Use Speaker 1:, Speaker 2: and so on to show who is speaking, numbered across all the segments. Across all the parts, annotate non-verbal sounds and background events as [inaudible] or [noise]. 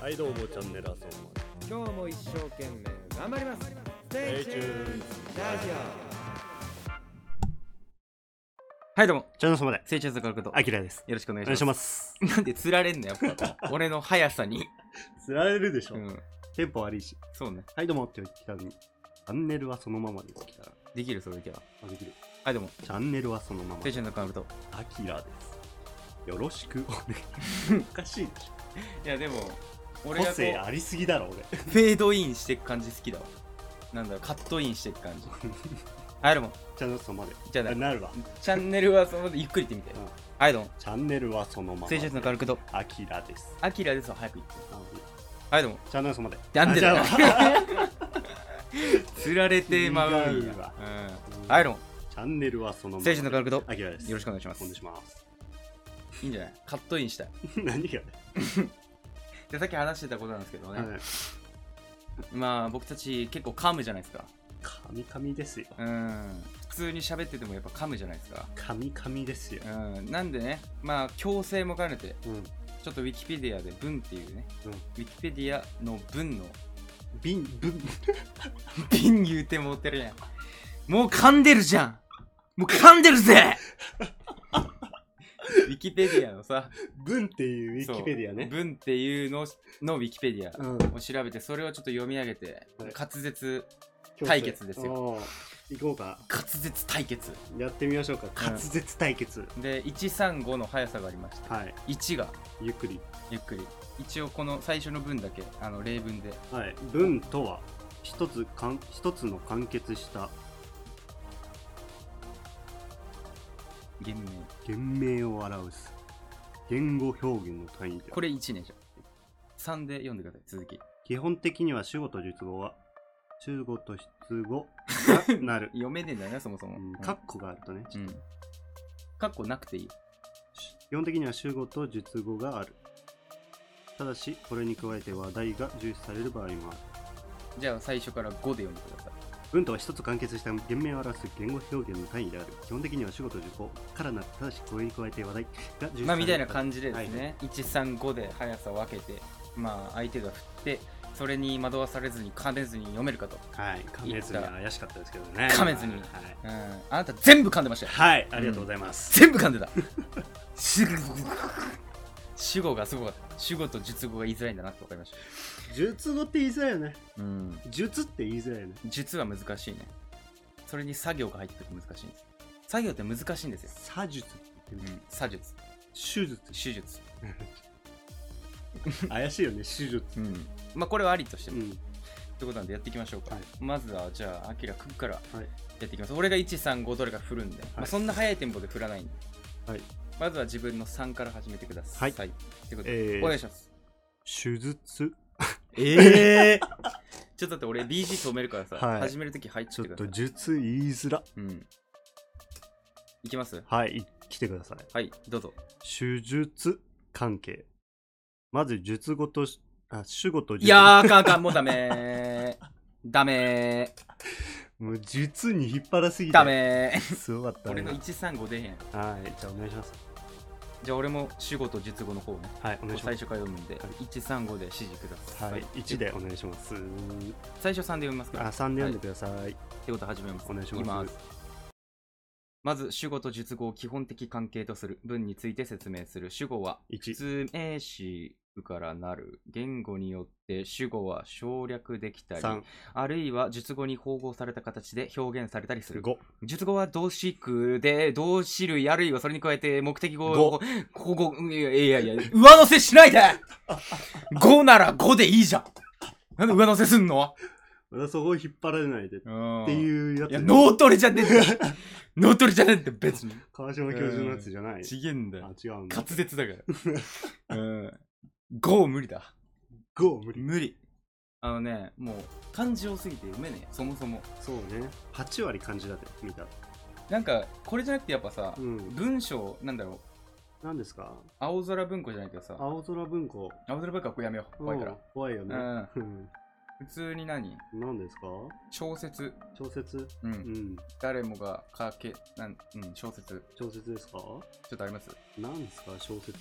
Speaker 1: はいどうもチャンネルあそんま
Speaker 2: 今日も一生懸命頑張ります
Speaker 1: Stay tuned
Speaker 2: Stay tuned ラジオはいどうも
Speaker 1: チャンネル様で
Speaker 2: 成長するからこと
Speaker 1: あきらです
Speaker 2: よろしくお願
Speaker 1: お
Speaker 2: い
Speaker 1: 願い
Speaker 2: し
Speaker 1: し
Speaker 2: ま
Speaker 1: ますす
Speaker 2: なんで釣られんのやっ
Speaker 1: [laughs]
Speaker 2: ぱ俺の速さに
Speaker 1: 釣られるでしょ、
Speaker 2: うん
Speaker 1: テンポ悪いし
Speaker 2: そうね
Speaker 1: はいどうもって言ってたのにチャンネルはそのままで来たら
Speaker 2: できるそれでは
Speaker 1: あできる
Speaker 2: はいどうも
Speaker 1: チャンネルはそのまま
Speaker 2: 成長のからこと
Speaker 1: あきらですよろしくお願
Speaker 2: [laughs]
Speaker 1: いおかしいでし
Speaker 2: いやでも
Speaker 1: ょ
Speaker 2: 俺
Speaker 1: 個
Speaker 2: がこうフ
Speaker 1: 性
Speaker 2: ェ
Speaker 1: ありすぎだろ俺
Speaker 2: ードインしてく感じ好きだわなんだろうカットインして
Speaker 1: [laughs]
Speaker 2: く感じはいどうも
Speaker 1: チャンネル様で
Speaker 2: じゃあ
Speaker 1: あ
Speaker 2: ね
Speaker 1: なるわ
Speaker 2: チャンネルはそのゆっくり言ってみて
Speaker 1: うん
Speaker 2: はいどうも
Speaker 1: チャンネルはそのまま
Speaker 2: 成長のからこと
Speaker 1: あきらです
Speaker 2: アキラですわ早く言って
Speaker 1: あ
Speaker 2: はいどうも
Speaker 1: チャンネル様で
Speaker 2: なんでだよ
Speaker 1: あじゃあ [laughs]
Speaker 2: 釣られてまうんや
Speaker 1: 違うわ
Speaker 2: うん、アイロン
Speaker 1: チャンネルはそのまま
Speaker 2: 聖地の軽くと
Speaker 1: あきらです
Speaker 2: よろしくお願いします
Speaker 1: お願いします
Speaker 2: いいんじゃないカットインしたい
Speaker 1: [laughs] 何が
Speaker 2: でさっき話してたことなんですけどね、
Speaker 1: はい
Speaker 2: まあ僕たち結構噛むじゃないですか
Speaker 1: カミカミですよ
Speaker 2: うん普通に喋っててもやっぱ噛むじゃないですか
Speaker 1: カミカミですよ
Speaker 2: うんなんでねまあ強制も兼ねて
Speaker 1: うん
Speaker 2: ちょっとウィキペディアで文っていうね、
Speaker 1: うん
Speaker 2: ウィキペディアの文の [laughs]
Speaker 1: ビンブン [laughs]
Speaker 2: 瓶言うてもうてるやんもう噛んでるじゃんもう噛んでる [laughs] ぜウィキペディアのさ
Speaker 1: ブンっていうウィキペディア
Speaker 2: そう
Speaker 1: ね
Speaker 2: 文っていうののウィキペディア
Speaker 1: うん
Speaker 2: を調べてそれをちょっと読み上げて
Speaker 1: はい
Speaker 2: 滑舌対決ですよ
Speaker 1: おー行こうか
Speaker 2: 滑舌対決
Speaker 1: やってみましょうか滑舌対決
Speaker 2: で135の速さがありまして
Speaker 1: はい
Speaker 2: 1が
Speaker 1: ゆっくり
Speaker 2: ゆっくり一応この最初の文だけあの例文で
Speaker 1: はい文とは一つかん一つの完結した
Speaker 2: 言明
Speaker 1: 言明を表す言語表現の単位である
Speaker 2: これ1ねじゃあ3で読んでください続き、
Speaker 1: 基本的には主語と述語は主語と出語がなる
Speaker 2: [laughs] 読めねえんだよねそもそも
Speaker 1: うん、
Speaker 2: か
Speaker 1: カッコがあるとね、
Speaker 2: うんかっこなくていい
Speaker 1: 基本的には主語と述語があるただしこれに加えて話題が重視される場合もある
Speaker 2: じゃあ最初から5で読んでください
Speaker 1: 文とは一つ完結した言明を表す言語表現の単位である基本的には主語と述語からなるただしこれに加えて話題が重視される
Speaker 2: まあみたいな感じで
Speaker 1: は
Speaker 2: で
Speaker 1: い
Speaker 2: すね、135で速さを分けてまあ相手が振ってそれに惑わされずに噛めずに読めるかと
Speaker 1: はい噛めずには怪しかったですけどね
Speaker 2: 噛めずに
Speaker 1: はい、
Speaker 2: うんあなた全部噛んでましたよ
Speaker 1: はい、ありがとうございます、
Speaker 2: 全部噛んでた主語がすごかった主語と述語が言いづらいんだなって分かりまし
Speaker 1: 術語って言いづらいよね
Speaker 2: たうん
Speaker 1: 術って言いづらいよね
Speaker 2: 術は難しいねそれに作業が入ってくると難しいんです作業って難しいんですよ、
Speaker 1: 左術って言
Speaker 2: う
Speaker 1: ってる
Speaker 2: ん、作術
Speaker 1: 手 [laughs] 術
Speaker 2: 手術
Speaker 1: 怪しいよね手術
Speaker 2: うんまあこれはありとして
Speaker 1: う
Speaker 2: も、
Speaker 1: ん
Speaker 2: ってことなんでやっていきましょうか、
Speaker 1: はい
Speaker 2: まずはじゃああきらくんから
Speaker 1: はい
Speaker 2: やっていきます俺が135どれか振るんで、まあ、そんな速いテンポで振らないんで、
Speaker 1: はい
Speaker 2: まずは自分の3から始めてください、
Speaker 1: は
Speaker 2: ってことで、
Speaker 1: え
Speaker 2: お願いします
Speaker 1: 手術
Speaker 2: ええちょっとだって俺 BG 止めるからさ、
Speaker 1: はい
Speaker 2: 始めるとき入って
Speaker 1: [laughs] ちょ
Speaker 2: き
Speaker 1: って
Speaker 2: くだ
Speaker 1: と
Speaker 2: さい
Speaker 1: 術言いづら
Speaker 2: うんいきます
Speaker 1: はい来てください
Speaker 2: はいどうぞ
Speaker 1: 手術関係まず術語としあ主語と術
Speaker 2: いやーあかんあかんもうダメ [laughs] ーダメ
Speaker 1: もう術に引っ張らすぎ
Speaker 2: ー
Speaker 1: て
Speaker 2: ダメー
Speaker 1: すごかった
Speaker 2: 俺
Speaker 1: ね
Speaker 2: の135出へん
Speaker 1: はいじゃあお願いします
Speaker 2: じゃあ俺も主語と述語の方ね
Speaker 1: はいお願いしま
Speaker 2: 最
Speaker 1: す
Speaker 2: 初から読むんで、
Speaker 1: はい
Speaker 2: 135で指示ください、
Speaker 1: はい1でお願いします
Speaker 2: 最初3で読みますか
Speaker 1: あ
Speaker 2: ら
Speaker 1: 3で読んでください、
Speaker 2: ってこと始めます。
Speaker 1: お願いします
Speaker 2: 行きまず、主語と述語を基本的関係とする文について説明する。主語は、
Speaker 1: 1
Speaker 2: 説名詞からなる。言語によって主語は省略できたり
Speaker 1: 3、
Speaker 2: あるいは述語に包合された形で表現されたりする。
Speaker 1: 5
Speaker 2: 述語は動詞句で、動詞類、あるいはそれに加えて目的語を、ここ、うんいやいやいや、上乗せしない [laughs] で !5 なら5でいいじゃんなんで上乗せすんの
Speaker 1: まだそこを引っ張られないでっ
Speaker 2: って
Speaker 1: いうやつ
Speaker 2: いや、脳トレじゃねえんだよ [laughs] 脳トレじゃねえんだよ、別に。
Speaker 1: 川島教授のやつじゃない、
Speaker 2: [laughs] ちげえんだ
Speaker 1: あ
Speaker 2: よ。
Speaker 1: 違うんだ
Speaker 2: 滑舌だから。 [laughs] うん。5無理だ。
Speaker 1: 5無理
Speaker 2: 無理。あのね、もう、漢字多すぎて読めねえよ、そもそも。
Speaker 1: そうね8割漢字だって見た
Speaker 2: なんか、これじゃなくてやっぱさ、
Speaker 1: うん
Speaker 2: 文章、なんだろう、
Speaker 1: 何ですか
Speaker 2: 青空文庫じゃないけどさ、
Speaker 1: 青空文庫
Speaker 2: 青空文庫はこれやめよう、怖いから
Speaker 1: うん。怖いよねうん
Speaker 2: 普通に何
Speaker 1: 何ですか
Speaker 2: 小説。
Speaker 1: 小説
Speaker 2: う。
Speaker 1: うんん
Speaker 2: 誰もが書け、なん、うん、小説。
Speaker 1: 小説ですか
Speaker 2: ちょっとあります
Speaker 1: 何ですか小説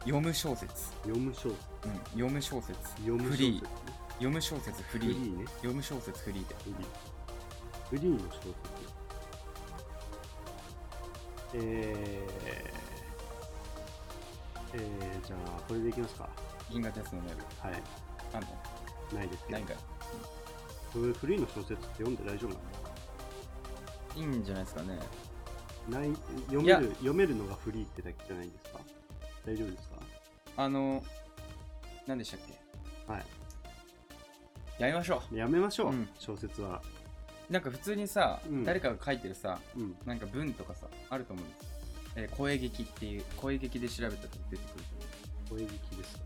Speaker 2: 読む小説、
Speaker 1: 読む小説
Speaker 2: うん、読む小説
Speaker 1: 読む小
Speaker 2: フ
Speaker 1: 説
Speaker 2: リー
Speaker 1: ね
Speaker 2: 読む小説フ
Speaker 1: フ
Speaker 2: リ
Speaker 1: リ
Speaker 2: ー
Speaker 1: ーね
Speaker 2: 読む小説フリーで
Speaker 1: フリーフリーの小説えー、えー、じゃあこれでいきますか
Speaker 2: 銀河鉄のメール
Speaker 1: はい
Speaker 2: あんの
Speaker 1: ないですけど
Speaker 2: ないんかい
Speaker 1: これフリーの小説って読んで大丈夫なの
Speaker 2: いいんじゃないですかね
Speaker 1: ない読
Speaker 2: い
Speaker 1: め
Speaker 2: や
Speaker 1: る読めるのがフリーってだけじゃないんですか大丈夫ですか
Speaker 2: あの何でしたっけ
Speaker 1: は
Speaker 2: やめましょ
Speaker 1: いやめましょう、
Speaker 2: うん
Speaker 1: 小説は
Speaker 2: うなんか普通にさ、
Speaker 1: うん
Speaker 2: 誰かが書いてるさ
Speaker 1: うん
Speaker 2: なんか文とかさあると思うんですえー声劇っていう声劇で調べたら出てくる
Speaker 1: 声聞きです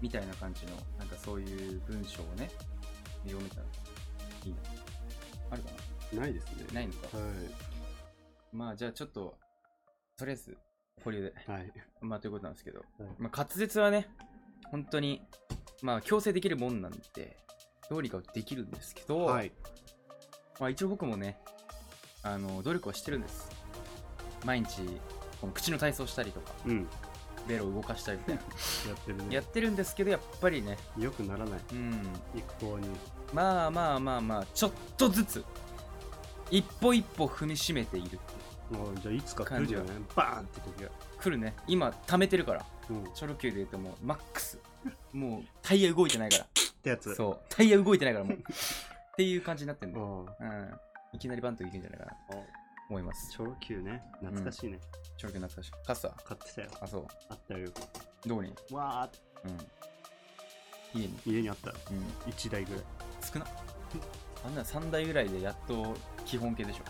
Speaker 2: みたいな感じのなんかそういう文章をね読めたらいいなあるか
Speaker 1: ないですね
Speaker 2: なないのか
Speaker 1: は
Speaker 2: まあじゃあちょっととりあえず保留で
Speaker 1: いはい
Speaker 2: まあということなんですけど、
Speaker 1: はい
Speaker 2: まあ、滑舌はね本当にまあ強制できるもんなんでどうにかできるんですけど、
Speaker 1: はい
Speaker 2: まあ、一応僕もねあの努力はしてるんです毎日この口の体操したりとか
Speaker 1: うん
Speaker 2: ベロを動かしたりみたい
Speaker 1: や
Speaker 2: な
Speaker 1: ってる
Speaker 2: や
Speaker 1: ね
Speaker 2: ってるんですけどやっぱりね
Speaker 1: よくならない
Speaker 2: うん
Speaker 1: 一向に
Speaker 2: まあまあまあまあちょっとずつ一歩一歩踏みしめている
Speaker 1: もうじゃあいつか来るよねバーンって時が
Speaker 2: 来るね今貯めてるから
Speaker 1: うんっ
Speaker 2: チョロ Q で言うともうマック [laughs] スもうタイヤ動いてないから
Speaker 1: てやつう
Speaker 2: そう、タイヤ動いてないからも [laughs] う。っていう感じになってんだよ。
Speaker 1: ん
Speaker 2: うん。いきなりバントいけんじゃないかなと思います。
Speaker 1: チョロ Q ね懐かしいね、
Speaker 2: 長距離懐かしい。勝つわ。
Speaker 1: 買ってたよ
Speaker 2: あ、そう。
Speaker 1: あったよ
Speaker 2: どこに
Speaker 1: わあ
Speaker 2: うん。家に。
Speaker 1: 家にあった
Speaker 2: うん。
Speaker 1: 1台ぐらい
Speaker 2: 少な。 [laughs] あんな3台ぐらいでやっと基本形でしょ。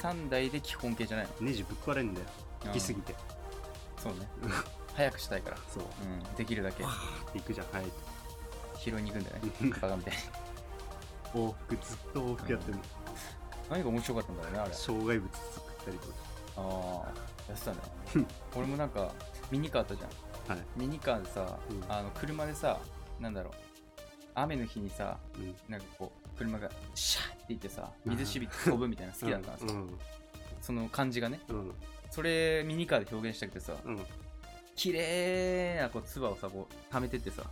Speaker 2: 3台で基本形じゃないの。
Speaker 1: ネジぶっ壊れんだよ行き過ぎ
Speaker 2: て。
Speaker 1: て
Speaker 2: そうね
Speaker 1: うん。
Speaker 2: [laughs] 早くしたいから。
Speaker 1: そう
Speaker 2: うん。できるだけ
Speaker 1: 行くじゃんはい
Speaker 2: 拾いに行くんだよね。
Speaker 1: うん
Speaker 2: バカみたいに。
Speaker 1: 往復ずっと往復やってるの
Speaker 2: 何が面白かったんだろうね、あれ。
Speaker 1: 障害物作ったりとか
Speaker 2: ああ。やってたね
Speaker 1: うん。
Speaker 2: 俺もなんか、ミニカーあったじゃん。
Speaker 1: はい
Speaker 2: ミニカーでさ、
Speaker 1: うん
Speaker 2: あの車でさなんだろう雨の日にさ
Speaker 1: うん
Speaker 2: なんかこう車がシャーっていってさ水しぶき飛ぶみたいなの好きだったんですよ、
Speaker 1: うん
Speaker 2: その感じがね
Speaker 1: うん
Speaker 2: それミニカーで表現したくてさ
Speaker 1: うん
Speaker 2: 綺麗なこう唾をさこう溜めてってさこ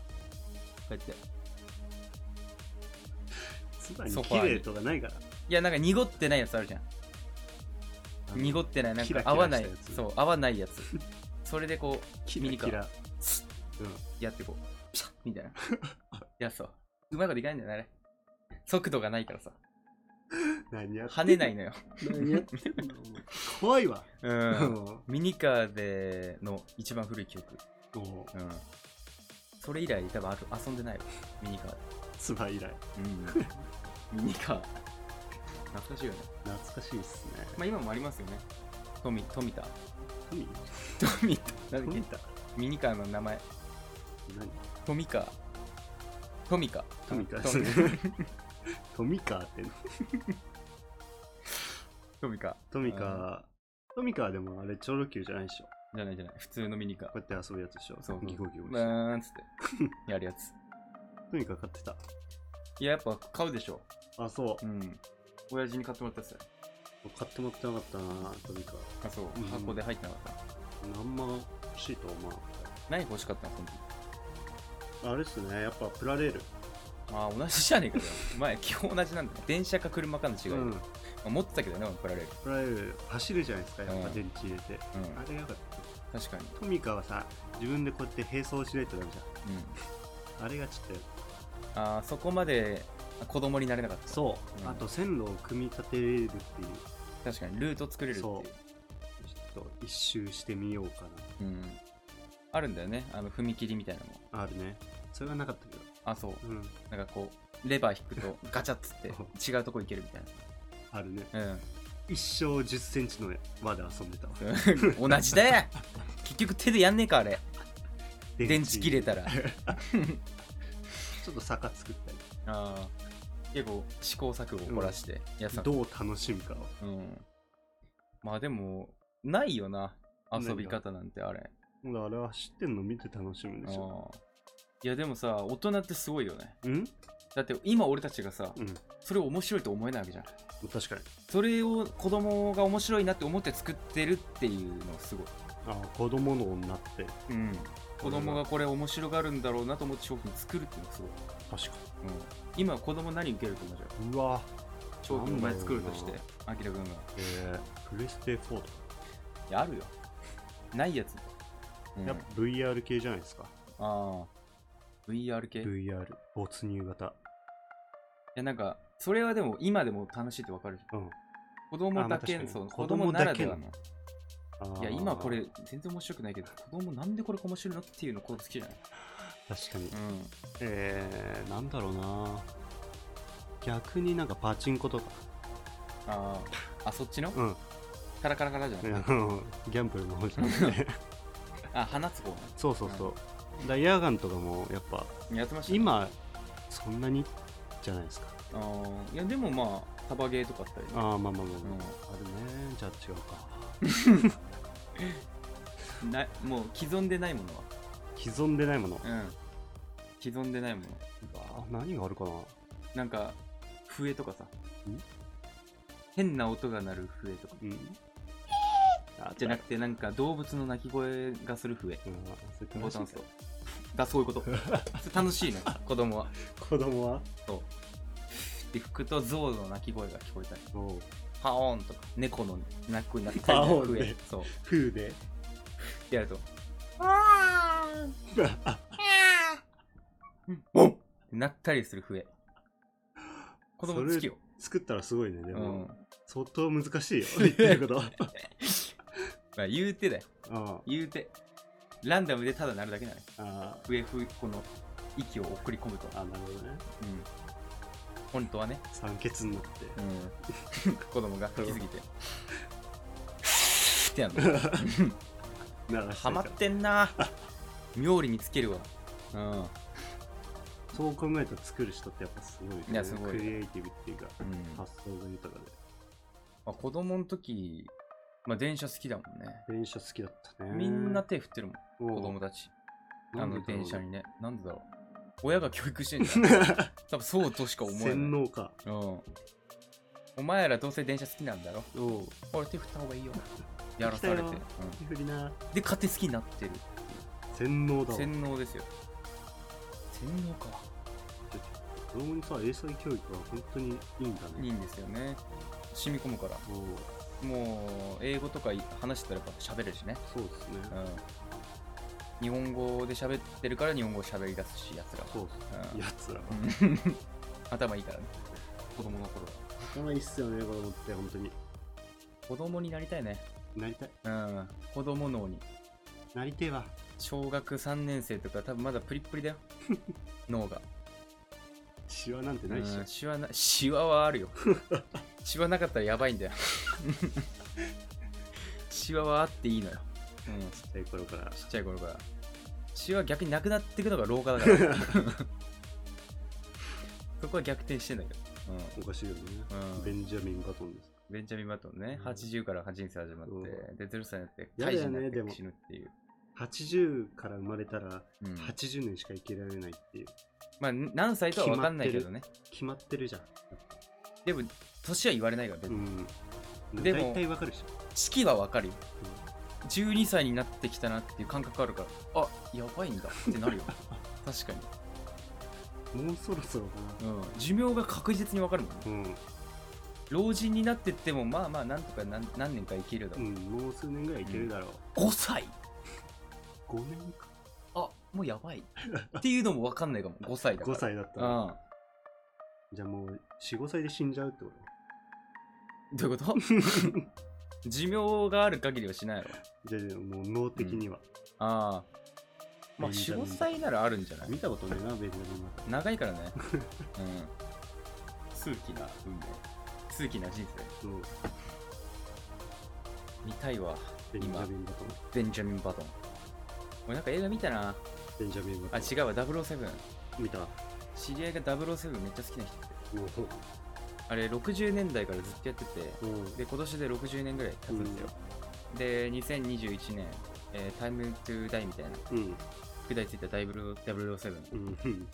Speaker 2: うやって
Speaker 1: つまり
Speaker 2: ソフ
Speaker 1: 綺
Speaker 2: ァーに
Speaker 1: 麗とかないから
Speaker 2: いやなんか濁ってないやつあるじゃん濁
Speaker 1: っ
Speaker 2: ってないなん
Speaker 1: キ
Speaker 2: か
Speaker 1: ラキラ
Speaker 2: 合わない
Speaker 1: したやつ
Speaker 2: そう合わないやつそれでこ
Speaker 1: キ
Speaker 2: うミ
Speaker 1: ラ
Speaker 2: ニカ
Speaker 1: キ
Speaker 2: ー
Speaker 1: ラ
Speaker 2: スッ
Speaker 1: うん
Speaker 2: やってこうピシャッみたい [laughs] なやつをうまいこといかないんだよねあれ速度がないからさ
Speaker 1: 何や
Speaker 2: 跳ねないのよ
Speaker 1: 何やってんの怖いわ
Speaker 2: う、
Speaker 1: うんん
Speaker 2: ミニカーでの一番古い記憶、
Speaker 1: お
Speaker 2: うん、それ以来多分ある遊んでないわミニカーで、
Speaker 1: つば以来
Speaker 2: うん、ミニカー懐かしいよね
Speaker 1: 懐かしいっすね
Speaker 2: まあ今もありますよねトミトミタ
Speaker 1: 何
Speaker 2: トミタなんだっ
Speaker 1: 何
Speaker 2: けミニカーの名前
Speaker 1: 何
Speaker 2: トミカートミカ
Speaker 1: トミカ
Speaker 2: トミ
Speaker 1: トミカーって
Speaker 2: トミカ
Speaker 1: トミカートミカーでもあれチョロ Q じゃないでしょ
Speaker 2: じゃないじゃない普通のミニカー
Speaker 1: こうやって遊ぶやつでしょ
Speaker 2: そう
Speaker 1: ギコギコ
Speaker 2: う
Speaker 1: して
Speaker 2: ーんっつ [laughs] ってやるやつ
Speaker 1: トミカー買ってた
Speaker 2: いややっぱ買うでしょ
Speaker 1: あそううん
Speaker 2: 親父に買ってもらったっすよ
Speaker 1: 買ってもらってなかったなトミカー
Speaker 2: あそう
Speaker 1: うん
Speaker 2: 箱で入ってなかった
Speaker 1: あんま欲しいとは思わなかっ
Speaker 2: 何欲しかったのその時
Speaker 1: たあれっすねやっぱプラレール
Speaker 2: ああ同じじゃねえ [laughs] かよお前基本同じなんだね電車か車かの違い、
Speaker 1: うん
Speaker 2: まあ、持ってたけどね怒られる
Speaker 1: プラレール走るじゃないですかやっぱ
Speaker 2: うん
Speaker 1: 電池入れて
Speaker 2: うん
Speaker 1: あれやかった
Speaker 2: 確かに
Speaker 1: トミカはさ自分でこうやって並走しないとダメじ
Speaker 2: うん
Speaker 1: ゃんあれがちょっと
Speaker 2: あーそこまで子供になれなかった
Speaker 1: そう、
Speaker 2: うん
Speaker 1: あと線路を組み立てるっていう
Speaker 2: 確かにルート作れるっていう
Speaker 1: そうちょっと一周してみようか
Speaker 2: う、ん、あるんだよねあの踏切みたいなのも
Speaker 1: なあるねそれはなかったけど
Speaker 2: あそう
Speaker 1: うん
Speaker 2: なんかこうレバー引くとガチャッつって違うとこ行けるみたい
Speaker 1: あるね
Speaker 2: な
Speaker 1: 一生1 0ンチの輪で遊んでたわ
Speaker 2: うん [laughs] 同じだよ結局手でやんねえかあれ電池切れたら
Speaker 1: ちょっと坂作ったり
Speaker 2: あー結構試行錯誤を凝らしてやさ、
Speaker 1: どう楽しむかを
Speaker 2: うん。まあでも、ないよな。
Speaker 1: ないよ
Speaker 2: 遊び方なんてあれ。
Speaker 1: ほらあれは知ってんの見て楽しむ
Speaker 2: あ
Speaker 1: でしょ
Speaker 2: ーいやでもさ、大人ってすごいよね。
Speaker 1: うん
Speaker 2: だって今俺たちがさ、
Speaker 1: うん
Speaker 2: それを面白いと思えないわけじゃん。
Speaker 1: 確かに
Speaker 2: それを子供が面白いなって思って作ってるっていうのがすごい。
Speaker 1: ああ子供の女って
Speaker 2: うん、子供がこれ面白がるんだろうなと思って商品作るっていうのがすごい、
Speaker 1: 確か
Speaker 2: うん、今子供何受けると思うじゃん
Speaker 1: にうわ
Speaker 2: 商品を前作るとし
Speaker 1: な
Speaker 2: て
Speaker 1: んだ
Speaker 2: あきらくんがい
Speaker 1: えー、プレステ4とか、
Speaker 2: やあるよないやつ、うん、
Speaker 1: やっぱ VR 系じゃないですか
Speaker 2: ああ VR 系い
Speaker 1: VR 没入型
Speaker 2: やなんかそれはでも今でも楽しいってわかるじゃん
Speaker 1: うん
Speaker 2: 子供
Speaker 1: あ
Speaker 2: だけ
Speaker 1: まあ確かに
Speaker 2: そう
Speaker 1: 子
Speaker 2: 子
Speaker 1: 供
Speaker 2: 供
Speaker 1: だ
Speaker 2: な
Speaker 1: けの
Speaker 2: らではの
Speaker 1: あー
Speaker 2: いや今これ全然面白くないけど子供なんでこれ面白いのっていうのこう好きじゃない
Speaker 1: 確かに
Speaker 2: うん
Speaker 1: えー、なんだろうな逆になんかパチンコとか
Speaker 2: あーあそっちの
Speaker 1: うん
Speaker 2: カラカラカラじゃ
Speaker 1: あ
Speaker 2: ない
Speaker 1: のギャンブルの方じゃな
Speaker 2: [laughs]
Speaker 1: くて
Speaker 2: あ放つ方ね
Speaker 1: そうそうそう、ダイヤガンとかもやっぱ
Speaker 2: やってましたね
Speaker 1: 今そんなにじゃないですか
Speaker 2: あーいやでもまあサバゲーとかあったりね
Speaker 1: ああまあまあまあ、まああるねじゃあ違うか
Speaker 2: うんないもう既存でないものは
Speaker 1: 既存でないもの、う
Speaker 2: うん既存でないもの
Speaker 1: わー何があるかな
Speaker 2: なんか笛とかさ
Speaker 1: ん
Speaker 2: 変な音が鳴る笛とか
Speaker 1: うんあ
Speaker 2: じゃなくてなんか動物の鳴き声がする笛
Speaker 1: うんそれ
Speaker 2: ボ
Speaker 1: 楽しい
Speaker 2: タ
Speaker 1: か
Speaker 2: ンとだそういうこと [laughs] それ楽しいね子供は
Speaker 1: 子供は
Speaker 2: そうで吹くと象の鳴き声が聞こえたり
Speaker 1: おう
Speaker 2: パオーンとか猫の鳴く鳴ったり鳴
Speaker 1: パオーン
Speaker 2: く
Speaker 1: ね
Speaker 2: 笛そう
Speaker 1: 風で
Speaker 2: でやると
Speaker 1: あ
Speaker 2: おっ鳴ったりする笛子供好きよ、
Speaker 1: [laughs] 作ったらすごいねで
Speaker 2: う
Speaker 1: も、
Speaker 2: ん、
Speaker 1: 相当難し
Speaker 2: [laughs]
Speaker 1: いよ言ってること
Speaker 2: まあ言うてだよ
Speaker 1: あ
Speaker 2: 言うてランダムでただ鳴るだけなのよ
Speaker 1: あ
Speaker 2: 笛吹この息を送り込むと、
Speaker 1: あなるほどね
Speaker 2: うん、本当はね、
Speaker 1: 酸欠になっ
Speaker 2: うん、 [laughs] 子供が吹きす
Speaker 1: [laughs]
Speaker 2: ぎてってやんの
Speaker 1: [laughs] て鳴らしたい
Speaker 2: ハ
Speaker 1: か
Speaker 2: マ
Speaker 1: ら
Speaker 2: ってんな妙利につけるわうん
Speaker 1: そう考えたら作る人ってやっぱすごい,、ね、
Speaker 2: いやすごい
Speaker 1: クリエイティブっていうか
Speaker 2: うんま
Speaker 1: 発想が豊かで
Speaker 2: あ、子供の時、まあ、電車好きだもんね
Speaker 1: 電車好きだったね
Speaker 2: みんな手振ってるも
Speaker 1: 子
Speaker 2: ん子供たちあ
Speaker 1: なんで
Speaker 2: の
Speaker 1: だろう
Speaker 2: 電
Speaker 1: [laughs]
Speaker 2: 車にねなんでだろう親が教育してんじゃん多分そうとしか思えない
Speaker 1: 洗脳か
Speaker 2: うんお前らどうせ電車好きなんだろ
Speaker 1: おお
Speaker 2: 俺手振った方がいいよやらされ
Speaker 1: でき
Speaker 2: て、うん
Speaker 1: たよ、ふりな
Speaker 2: で勝手に好きになってる
Speaker 1: 洗脳だわ
Speaker 2: 洗脳ですよ洗脳か
Speaker 1: 子供にさ英才教育は本当にいいんだ
Speaker 2: い
Speaker 1: ね
Speaker 2: いんですよね染み込むから
Speaker 1: おお
Speaker 2: もう英語とか話してたらやっぱ喋れるしね
Speaker 1: そうですね、
Speaker 2: うん日本語で喋ってるから日本語を喋り出すしやつらは
Speaker 1: そうっす
Speaker 2: うん
Speaker 1: ねやつらは
Speaker 2: うん頭いいからね子供の頃は
Speaker 1: 頭いいっすよね子供って本当に
Speaker 2: 子供になりたいね
Speaker 1: なりたい
Speaker 2: うん子供脳に
Speaker 1: なりてえわ
Speaker 2: 小学3年生とか多分まだプリップリ [laughs] だよ脳が
Speaker 1: シワなんてないっし
Speaker 2: う
Speaker 1: ょ
Speaker 2: んシワな [laughs] シワは
Speaker 1: [laughs]
Speaker 2: あるよシワなかったらやばいんだよ [laughs] シワはあっていいのよ、うん、ち
Speaker 1: ちっちゃい頃から
Speaker 2: っちゃい頃からシワ逆になくなっていくのが老化だから
Speaker 1: [laughs]
Speaker 2: そこは逆転してんだけど、
Speaker 1: おかしいよね、
Speaker 2: うんうん
Speaker 1: ベンジャミン・バトンです
Speaker 2: ベンジャミン・バトンね、
Speaker 1: うん
Speaker 2: 80から人生始まって、
Speaker 1: う
Speaker 2: で、0歳になって、
Speaker 1: やだ
Speaker 2: 怪
Speaker 1: よ
Speaker 2: 人
Speaker 1: ね
Speaker 2: になっ
Speaker 1: でも
Speaker 2: て死ぬっていう。
Speaker 1: 80から生まれたら
Speaker 2: うん
Speaker 1: 80年しか生きられないっていう
Speaker 2: まあ、何歳とは分かんないけどね。
Speaker 1: 決まってるじゃん、
Speaker 2: でも、年は言われないから、別
Speaker 1: う
Speaker 2: に
Speaker 1: ん、
Speaker 2: でも
Speaker 1: 大体わかるでしょ
Speaker 2: 式は分かるよ。12歳になってきたなっていう感覚あるから、あやばいんだって
Speaker 1: [laughs]
Speaker 2: なるよ。確か
Speaker 1: もうそろそろか
Speaker 2: に、うん。寿命が確実に分かるもん
Speaker 1: な
Speaker 2: ね。
Speaker 1: うん、
Speaker 2: 老人になってっても、まあまあ、なんとか何何年か生きるだ
Speaker 1: う
Speaker 2: ろう。
Speaker 1: ん、もう数年ぐらいいけるだろう、
Speaker 2: 5歳
Speaker 1: 五5年か
Speaker 2: あもうやばい。っていうのも分かんないかも、5歳だから。
Speaker 1: 5歳だった
Speaker 2: う
Speaker 1: ら
Speaker 2: ん。
Speaker 1: じゃあもう45歳で死んじゃうってこ
Speaker 2: どういうこと
Speaker 1: [laughs]
Speaker 2: 寿命がある限りはしないやろ。
Speaker 1: とじゃあもう脳的には、
Speaker 2: ああ。まあ、
Speaker 1: ベンジャ
Speaker 2: 4、
Speaker 1: ミン
Speaker 2: 5歳ならあるんじゃない
Speaker 1: 見たことないなベンジャミン・バトン
Speaker 2: 長いから
Speaker 1: [laughs]
Speaker 2: ね。うん。数奇な運命。数奇な人生。
Speaker 1: そう
Speaker 2: 見たいわ。
Speaker 1: ベンジ
Speaker 2: 今
Speaker 1: ャミン・バトン
Speaker 2: ベンジャミン・バトン。俺なんか映画見たな。
Speaker 1: ベンジャミン・バト
Speaker 2: あ、
Speaker 1: ン
Speaker 2: 違うわ。007。
Speaker 1: 見たも
Speaker 2: 知り合いが007めっちゃ好きな人。
Speaker 1: う
Speaker 2: あれ、60年代からずっとやってて、
Speaker 1: うん
Speaker 2: で、今年で60年ぐらい経つんですよ。で、2021年、えー、タイムトゥーダイみたいな、
Speaker 1: うん
Speaker 2: 副題ついた007
Speaker 1: うん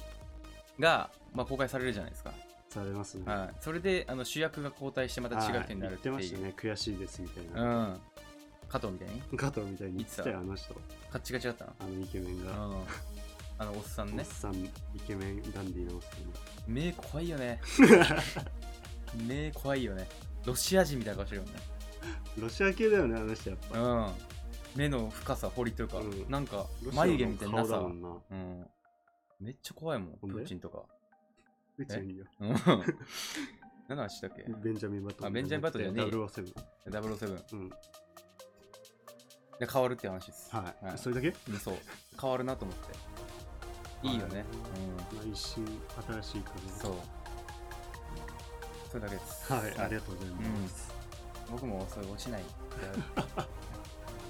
Speaker 2: が、まあ、公開されるじゃないですか。
Speaker 1: されますね
Speaker 2: はい、それであの主役が交代してまた違う人になるっていう、
Speaker 1: はい言ってましたね悔しいですみたいな、
Speaker 2: うん、加藤みたいに
Speaker 1: 加藤みたいに言ってたよあの人
Speaker 2: カッチカチだったな
Speaker 1: あのイケメンが、
Speaker 2: うんあのおっさん
Speaker 1: おっ
Speaker 2: ね
Speaker 1: さんイケメンダンディーなおっさんが
Speaker 2: 目怖い
Speaker 1: [laughs]
Speaker 2: よね目怖いよねロシア人みたいな顔してるよね
Speaker 1: ロシア系だよねあの人やっぱ、
Speaker 2: うん目の深さ掘りというか、
Speaker 1: うん
Speaker 2: なんか
Speaker 1: ロシアの
Speaker 2: 眉毛みたいな
Speaker 1: 顔だ
Speaker 2: さ
Speaker 1: もんな
Speaker 2: うんめっちゃ怖いもんプ
Speaker 1: ほんで
Speaker 2: ーチンとか
Speaker 1: 宇宙によ [laughs]
Speaker 2: うん何の話だっけ
Speaker 1: ベンジャミン・バトン
Speaker 2: あベンジャミンバトンじゃねえ
Speaker 1: 007
Speaker 2: 007
Speaker 1: うん
Speaker 2: で変わるって話です、
Speaker 1: はい、
Speaker 2: はい
Speaker 1: それだけ
Speaker 2: うんそう変わるなと思っていいよね、
Speaker 1: まあ一新新しい
Speaker 2: うん
Speaker 1: 風
Speaker 2: そうそれだけです
Speaker 1: はいありがとうございます、
Speaker 2: 僕もそれ落ちない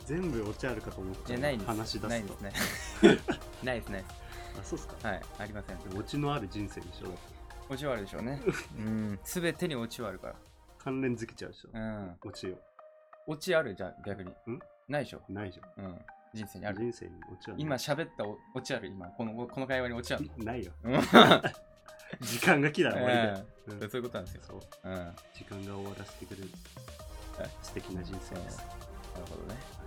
Speaker 1: 全部お茶あるかと思った
Speaker 2: じゃないんです
Speaker 1: 話し出
Speaker 2: ない
Speaker 1: す
Speaker 2: です
Speaker 1: と [laughs]
Speaker 2: ねないですね
Speaker 1: あそうっすか
Speaker 2: はいありません
Speaker 1: でもオチのある人生でしょ
Speaker 2: 落ちはあるでしょ
Speaker 1: [laughs]
Speaker 2: うねうん全てに落ちはあるか
Speaker 1: 関連づけちゃうでしょ、
Speaker 2: らうん
Speaker 1: オチよ
Speaker 2: 落ちあるじゃん逆に
Speaker 1: ん
Speaker 2: ないでしょ
Speaker 1: ないじゃん
Speaker 2: うん人生にある
Speaker 1: 人生にオチはない
Speaker 2: 今喋ったお落ちある今このこの会話に落ちある
Speaker 1: ないよ
Speaker 2: うん
Speaker 1: 時間が来たら終わり
Speaker 2: [laughs]
Speaker 1: だよ、うん
Speaker 2: そういうことなんですよ
Speaker 1: そう
Speaker 2: うんなる
Speaker 1: 時間が終わらせてくれる
Speaker 2: はい
Speaker 1: 素敵な人生です、
Speaker 2: ほどね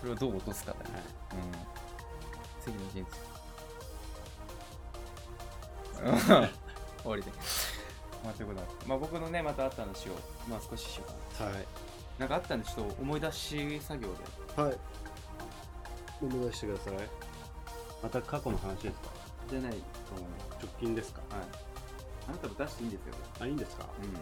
Speaker 2: それをどう落とすかだね
Speaker 1: はい
Speaker 2: うん次の人
Speaker 1: [laughs]
Speaker 2: 生 [laughs] うん終わりでまあということなんですまあ僕のねまたあった話をまあ少ししようかな
Speaker 1: はい。
Speaker 2: なんかあったんでちょっと思い出し作業で
Speaker 1: はい。思い出してください。また過去の話ですか
Speaker 2: じゃない
Speaker 1: 直近ですか
Speaker 2: はいあなたも出していいんですよ
Speaker 1: あ、いいんですか
Speaker 2: うん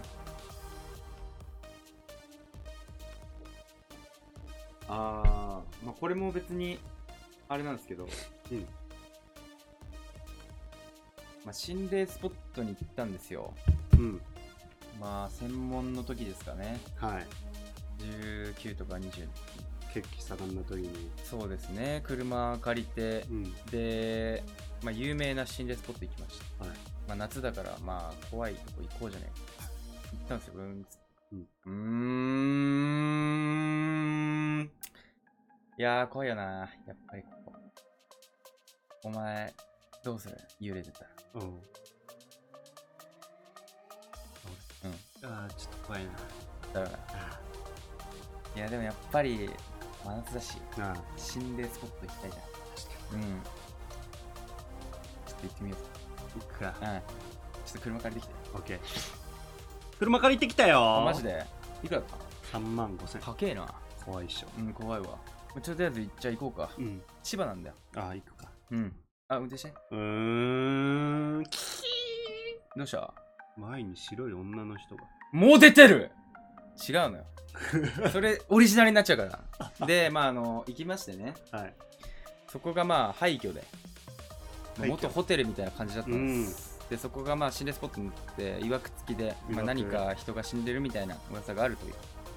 Speaker 2: あーまあこれも別にあれなんですけど、
Speaker 1: うん
Speaker 2: まあ、心霊スポットに行ったんですよ
Speaker 1: うん。
Speaker 2: まあ専門の時ですかね
Speaker 1: はい。
Speaker 2: 19とか20
Speaker 1: 血気盛んな時に。
Speaker 2: そうですね車借りて
Speaker 1: うん。
Speaker 2: で、まあ、有名な心霊スポット行きました、
Speaker 1: はい
Speaker 2: まあ、夏だからまあ怖いとこ行こうじゃないか行ったんですようんつ
Speaker 1: うん
Speaker 2: うーんいやー怖いよなやっぱりここお前どうする幽霊出たら
Speaker 1: うん。
Speaker 2: うん
Speaker 1: あーちょっと怖いな。
Speaker 2: だから
Speaker 1: あ
Speaker 2: いやでもやっぱり真夏だし
Speaker 1: ーなあ、
Speaker 2: 心霊スポット行きたいじゃんうんちょっと行ってみよう
Speaker 1: いくか。
Speaker 2: うんちょっと車借りてきて
Speaker 1: オッケー。車借りてきたよ
Speaker 2: あ
Speaker 1: ー
Speaker 2: マジでいくらだった
Speaker 1: 3万5千
Speaker 2: 高えな
Speaker 1: 怖いっしょ
Speaker 2: うん、怖いわ。ちょっとりあえず行っちゃ行こうか。
Speaker 1: うん
Speaker 2: 千葉なんだよ。
Speaker 1: ああ行くか
Speaker 2: うん。あ、運転して。
Speaker 1: うーんき
Speaker 2: どうした
Speaker 1: 前に白い女の人が
Speaker 2: もう出てる違うのよ。それ、オリジナルになっちゃうから。で、まあ、あの、行きましてね。
Speaker 1: はい
Speaker 2: そこがまあ、廃墟で。ま
Speaker 1: 廃墟
Speaker 2: あ元ホテルみたいな感じだったんです。で、そこがまあ、心霊スポットになって、いわくつきで、
Speaker 1: いわく
Speaker 2: まあ、何か人が死んでるみたいな噂があるという。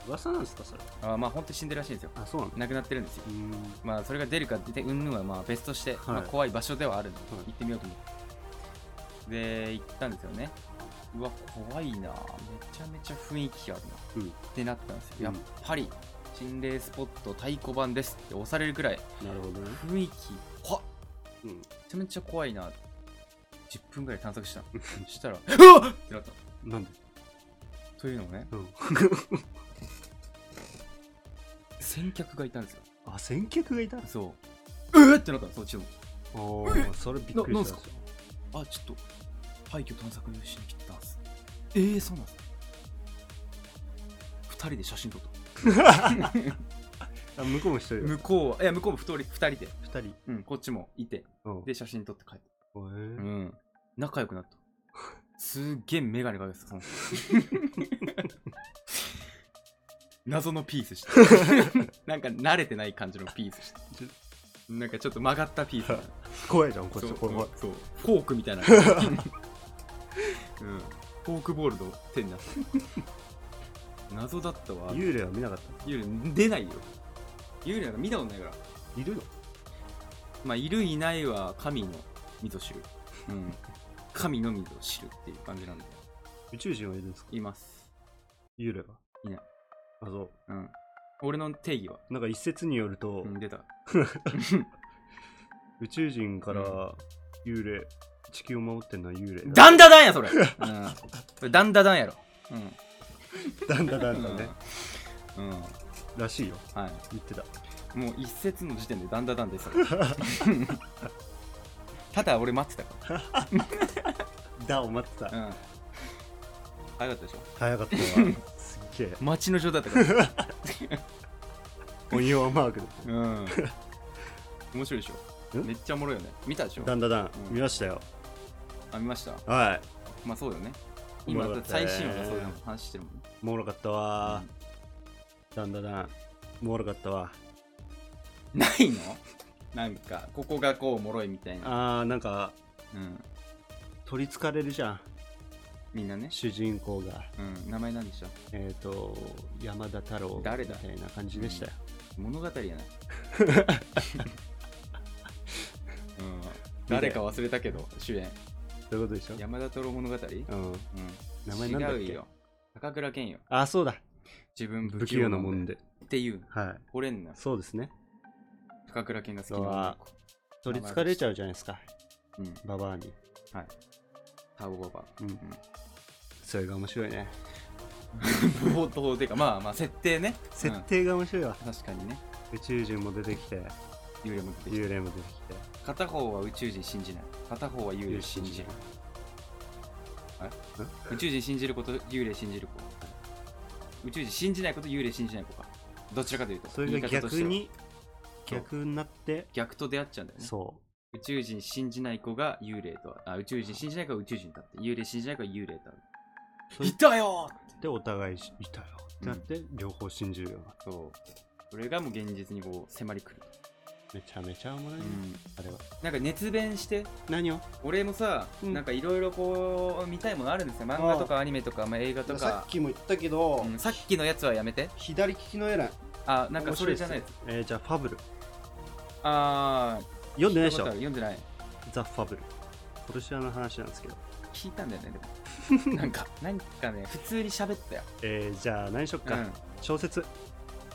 Speaker 1: 噂なんですかそれ
Speaker 2: あまあ、本当に死んでるらしいんですよ。
Speaker 1: あそうなんだ
Speaker 2: 亡くなってるんですよ
Speaker 1: う。ーん
Speaker 2: まあそれが出るか出てうんぬんはまあ別として、まあ怖い場所ではあるので、
Speaker 1: はい
Speaker 2: 行ってみようと思ってで行ったんですよねうわ怖いなめちゃめちゃ雰囲気あるな、
Speaker 1: うん
Speaker 2: ってなったんですよ、
Speaker 1: うん
Speaker 2: やっぱり心霊スポット太鼓判ですって押されるくらい
Speaker 1: なるほどね
Speaker 2: 雰囲気怖っ
Speaker 1: うん
Speaker 2: めちゃめちゃ怖いな10分ぐらい探
Speaker 1: [laughs]
Speaker 2: 索したのしたら「うわっ!」ってなったの
Speaker 1: なんで
Speaker 2: というのもね
Speaker 1: うん
Speaker 2: 先客がいたんですよ
Speaker 1: [laughs] あ先客がいた
Speaker 2: そう「えっ!」ってなったのそっちも
Speaker 1: おーそれびっくりした
Speaker 2: ななんすあ、ちょっと廃墟探索しに来たんす。ええー、そうなんすか二人で写真撮った。 [laughs]
Speaker 1: あ向こうも一人だ
Speaker 2: 向こうは、いや、向こうも二人二人で、
Speaker 1: 二人
Speaker 2: うん、こっちもいて、
Speaker 1: うん
Speaker 2: で、写真撮って帰って。
Speaker 1: へ
Speaker 2: う
Speaker 1: ー
Speaker 2: ん。仲良くなった。すっげえメガネかけてた、 [laughs] その人謎のピースして。 [laughs] なんか慣れてない感じのピースして。なんかちょっと曲がったピースみたいな。
Speaker 1: 怖いじゃんこっ
Speaker 2: そ
Speaker 1: ち
Speaker 2: う
Speaker 1: 怖い
Speaker 2: そうフォークみたいな、うん、フォークボールの手になった [laughs] 謎だったわ
Speaker 1: 幽霊は見なかっ
Speaker 2: 幽霊出ないよ幽霊なんか見たことないから
Speaker 1: たいるの
Speaker 2: まあいるいないは神のみぞ知る、うん、神のみぞ知るっていう感じなんで
Speaker 1: 宇宙人はいるんですか
Speaker 2: います
Speaker 1: 幽霊はい
Speaker 2: ない
Speaker 1: あそ
Speaker 2: うん俺の定義は、
Speaker 1: うなんか一説によると
Speaker 2: うん、出た
Speaker 1: 宇宙人か
Speaker 2: う
Speaker 1: ら幽霊地球を守ってんのは幽霊
Speaker 2: ダンダダンやそれ、うん、それダンダダンやろうん
Speaker 1: だんだんだんだね
Speaker 2: うん、うん
Speaker 1: らしいよ
Speaker 2: はい
Speaker 1: 言ってた
Speaker 2: もう一節の時点でだんだんだんです [laughs] よただ俺待ってたか
Speaker 1: だを待ってた
Speaker 2: ら、うん、早かったでしょ
Speaker 1: 早かったわすっげ
Speaker 2: [laughs]
Speaker 1: え
Speaker 2: 街の状だったから、
Speaker 1: オニオンマークで
Speaker 2: うん、面白いでしょ
Speaker 1: ん
Speaker 2: めっちゃおもろいよね見たでしょ
Speaker 1: だんだんだん
Speaker 2: うん
Speaker 1: 見ましたよ
Speaker 2: あ見ました
Speaker 1: は
Speaker 2: まあそうよね
Speaker 1: おも
Speaker 2: 今
Speaker 1: ろかったね
Speaker 2: 最新話がそういうの話してるもんね
Speaker 1: いおもろかったわだんだんだんおもろかったわ
Speaker 2: うんないのなんかここがこうおもろいみたいな、
Speaker 1: あーなんか
Speaker 2: うん、
Speaker 1: 取りつかれるじゃん
Speaker 2: みんなね、
Speaker 1: 主人公が
Speaker 2: うん、名前何でした
Speaker 1: えっ、と山田太郎
Speaker 2: 誰だ
Speaker 1: みたいな感じでしたよ、
Speaker 2: 物語 [laughs] やな、うん、誰か忘れたけど主演
Speaker 1: そういうことでしょ
Speaker 2: 山田太郎物語、う
Speaker 1: う
Speaker 2: ん、
Speaker 1: ん名前なんだっけ
Speaker 2: 違うよ高倉健よ
Speaker 1: あそうだ
Speaker 2: 自分
Speaker 1: 不
Speaker 2: 不
Speaker 1: 器
Speaker 2: 器
Speaker 1: 用
Speaker 2: 用
Speaker 1: な
Speaker 2: な
Speaker 1: も
Speaker 2: も
Speaker 1: ん
Speaker 2: んで
Speaker 1: で
Speaker 2: っていう
Speaker 1: はい
Speaker 2: これんな
Speaker 1: そうですね
Speaker 2: 高倉健が好き
Speaker 1: う
Speaker 2: な
Speaker 1: わ取りつかれちゃうじゃないですか
Speaker 2: 女の子うん
Speaker 1: ババアに
Speaker 2: はいタオババ
Speaker 1: うんそれが面白いね
Speaker 2: 冒頭でかまあまあ設定ね
Speaker 1: 設定が面白いわ、
Speaker 2: うん確かにね
Speaker 1: 宇宙人も出てきて
Speaker 2: 幽霊も出てき
Speaker 1: 幽霊も出てきて
Speaker 2: た片方は宇宙人信じない片方は幽霊信じる宇宙人信じること幽霊信じる子宇宙人信じないこと幽霊信じない子かどちらかというと
Speaker 1: それが
Speaker 2: 言い方として
Speaker 1: 逆
Speaker 2: は
Speaker 1: に
Speaker 2: そう
Speaker 1: 逆になって
Speaker 2: 逆と出会っちゃうんだよね
Speaker 1: そ
Speaker 2: 宇宙人信じない子が幽霊とあ宇宙人信じない子が宇宙人だって幽霊信じない子が幽霊だ
Speaker 1: そう
Speaker 2: いたよ
Speaker 1: うでお互いしいたよってなって、両方信じるような
Speaker 2: そうそれがもう現実にこう迫りくる、
Speaker 1: めちゃめちゃおもろいね、あれは
Speaker 2: なんか熱弁して
Speaker 1: 何を
Speaker 2: 俺もさ、
Speaker 1: うん
Speaker 2: なんかいろいろこう見たいものあるんですよ漫画とかアニメとか、まあ、映画とか
Speaker 1: さっきも言ったけど、
Speaker 2: うんさっきのやつはやめて
Speaker 1: 左利きのエラー
Speaker 2: あなんかそれじゃないやつ
Speaker 1: えー、じゃあファブル
Speaker 2: ああ
Speaker 1: 読んでないでしょ
Speaker 2: 読んでない
Speaker 1: ザ・ファブル殺し屋の話なんですけど、
Speaker 2: 聞いたんだよね [laughs] でもなんかなんかね普通に喋ったよ、
Speaker 1: えー、じゃあ何しよっ
Speaker 2: う
Speaker 1: か、
Speaker 2: ん、
Speaker 1: 小説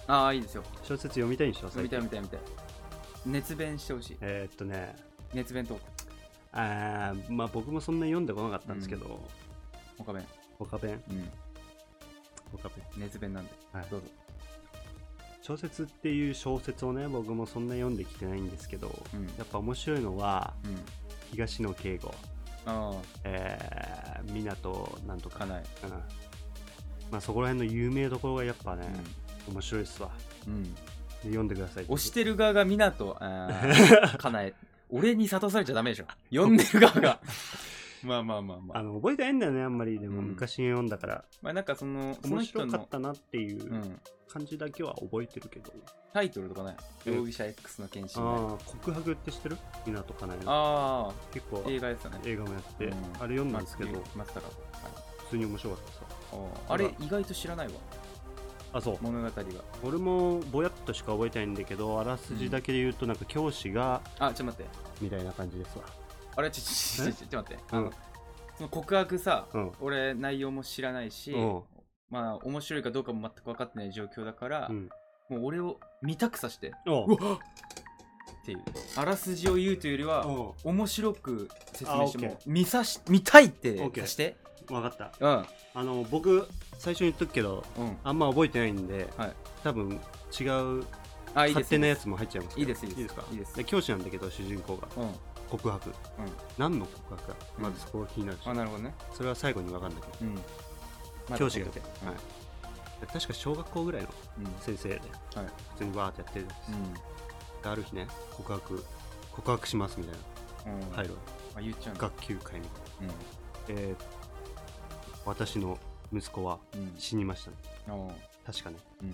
Speaker 2: ああいいですよ
Speaker 1: 小説読みたいんでしょ
Speaker 2: 見
Speaker 1: 最近
Speaker 2: たい見たい見たい熱弁してほしい
Speaker 1: えー、っとね
Speaker 2: 熱弁トーク
Speaker 1: あーまあ僕もそんな読んでこなかったんですけど、
Speaker 2: 岡弁
Speaker 1: 岡弁
Speaker 2: うん
Speaker 1: 岡弁
Speaker 2: 熱弁なんで、
Speaker 1: はい
Speaker 2: どうぞ
Speaker 1: 小説っていう小説をね僕もそんな読んできてないんですけど
Speaker 2: うん
Speaker 1: やっぱ面白いのは
Speaker 2: うん
Speaker 1: 東野圭吾
Speaker 2: あ
Speaker 1: えー、港なんと
Speaker 2: あ
Speaker 1: か
Speaker 2: かなえ
Speaker 1: うんまあそこら辺の有名どころがやっぱね、面白いっすわ
Speaker 2: うん、うん、
Speaker 1: で読んでください
Speaker 2: 押してる側が港あ
Speaker 1: [laughs]
Speaker 2: ーかなえ俺に諭されちゃダメでしょ呼んでる側
Speaker 1: [laughs]
Speaker 2: がまあまあまあまあ
Speaker 1: あの覚えてないんだよねあんまりでも
Speaker 2: うん
Speaker 1: 昔に読んだから、
Speaker 2: まあなんかそのその
Speaker 1: 面
Speaker 2: 人
Speaker 1: 白かっ
Speaker 2: の、
Speaker 1: たなっていう
Speaker 2: う、
Speaker 1: うん感じだけは覚えてるけど、
Speaker 2: タイトルとかない
Speaker 1: うん
Speaker 2: 容疑者 X の検診あ
Speaker 1: ああ告白って知ってる港かなえの
Speaker 2: あ
Speaker 1: 結構
Speaker 2: ー映画ですよね
Speaker 1: 映画もやって、
Speaker 2: うん
Speaker 1: あれ読んだんですけど
Speaker 2: 松坂子はい
Speaker 1: 普通に面白かったさ
Speaker 2: あーあれ意外と知らないわ
Speaker 1: あそう
Speaker 2: 物語が
Speaker 1: 俺もぼやっとしか覚えてないんだけどあらすじだけで言うとなんか教師が
Speaker 2: あちょっと待って
Speaker 1: みたいな感じですわ
Speaker 2: あれちょちょちょちょちょっと待ってあ
Speaker 1: うん
Speaker 2: のその告白さ
Speaker 1: うん
Speaker 2: 俺内容も知らないし
Speaker 1: うん
Speaker 2: まあ面白いかどうかも全く分かってない状況だから
Speaker 1: うん
Speaker 2: もう俺を見たくさして
Speaker 1: お
Speaker 2: うわっっていうあらすじを言うというよりは
Speaker 1: お
Speaker 2: 面白く説
Speaker 1: あ
Speaker 2: 明
Speaker 1: オ
Speaker 2: して
Speaker 1: ッケー
Speaker 2: もう見さし見たいって
Speaker 1: オッケー
Speaker 2: さして
Speaker 1: 分かった
Speaker 2: うん
Speaker 1: あの僕最初に言っとくけど
Speaker 2: うん
Speaker 1: あんま覚えてないんで、
Speaker 2: はい
Speaker 1: 多分違う
Speaker 2: あいいで
Speaker 1: 勝
Speaker 2: す
Speaker 1: 手なやつも入っちゃいますけど
Speaker 2: いいですいいです
Speaker 1: か
Speaker 2: いいです
Speaker 1: で教師なんだけど主人公が
Speaker 2: うん
Speaker 1: 告白、何の告白かまずそこが気になるし、
Speaker 2: あなるほどね
Speaker 1: それは最後に分かんだけど
Speaker 2: うんまだ
Speaker 1: 教師が
Speaker 2: 撮っとけ
Speaker 1: はい確か小学校ぐらいの
Speaker 2: うん
Speaker 1: 先生で、
Speaker 2: はい
Speaker 1: 普通にわーってやってるんです、
Speaker 2: うん
Speaker 1: である日ね告白告白しますみたい
Speaker 2: うん
Speaker 1: な入る
Speaker 2: あ言っちゃうんだ
Speaker 1: 学級会に
Speaker 2: うん
Speaker 1: えー私の息子は
Speaker 2: うん
Speaker 1: 死にました、ね、
Speaker 2: おー
Speaker 1: 確かね
Speaker 2: う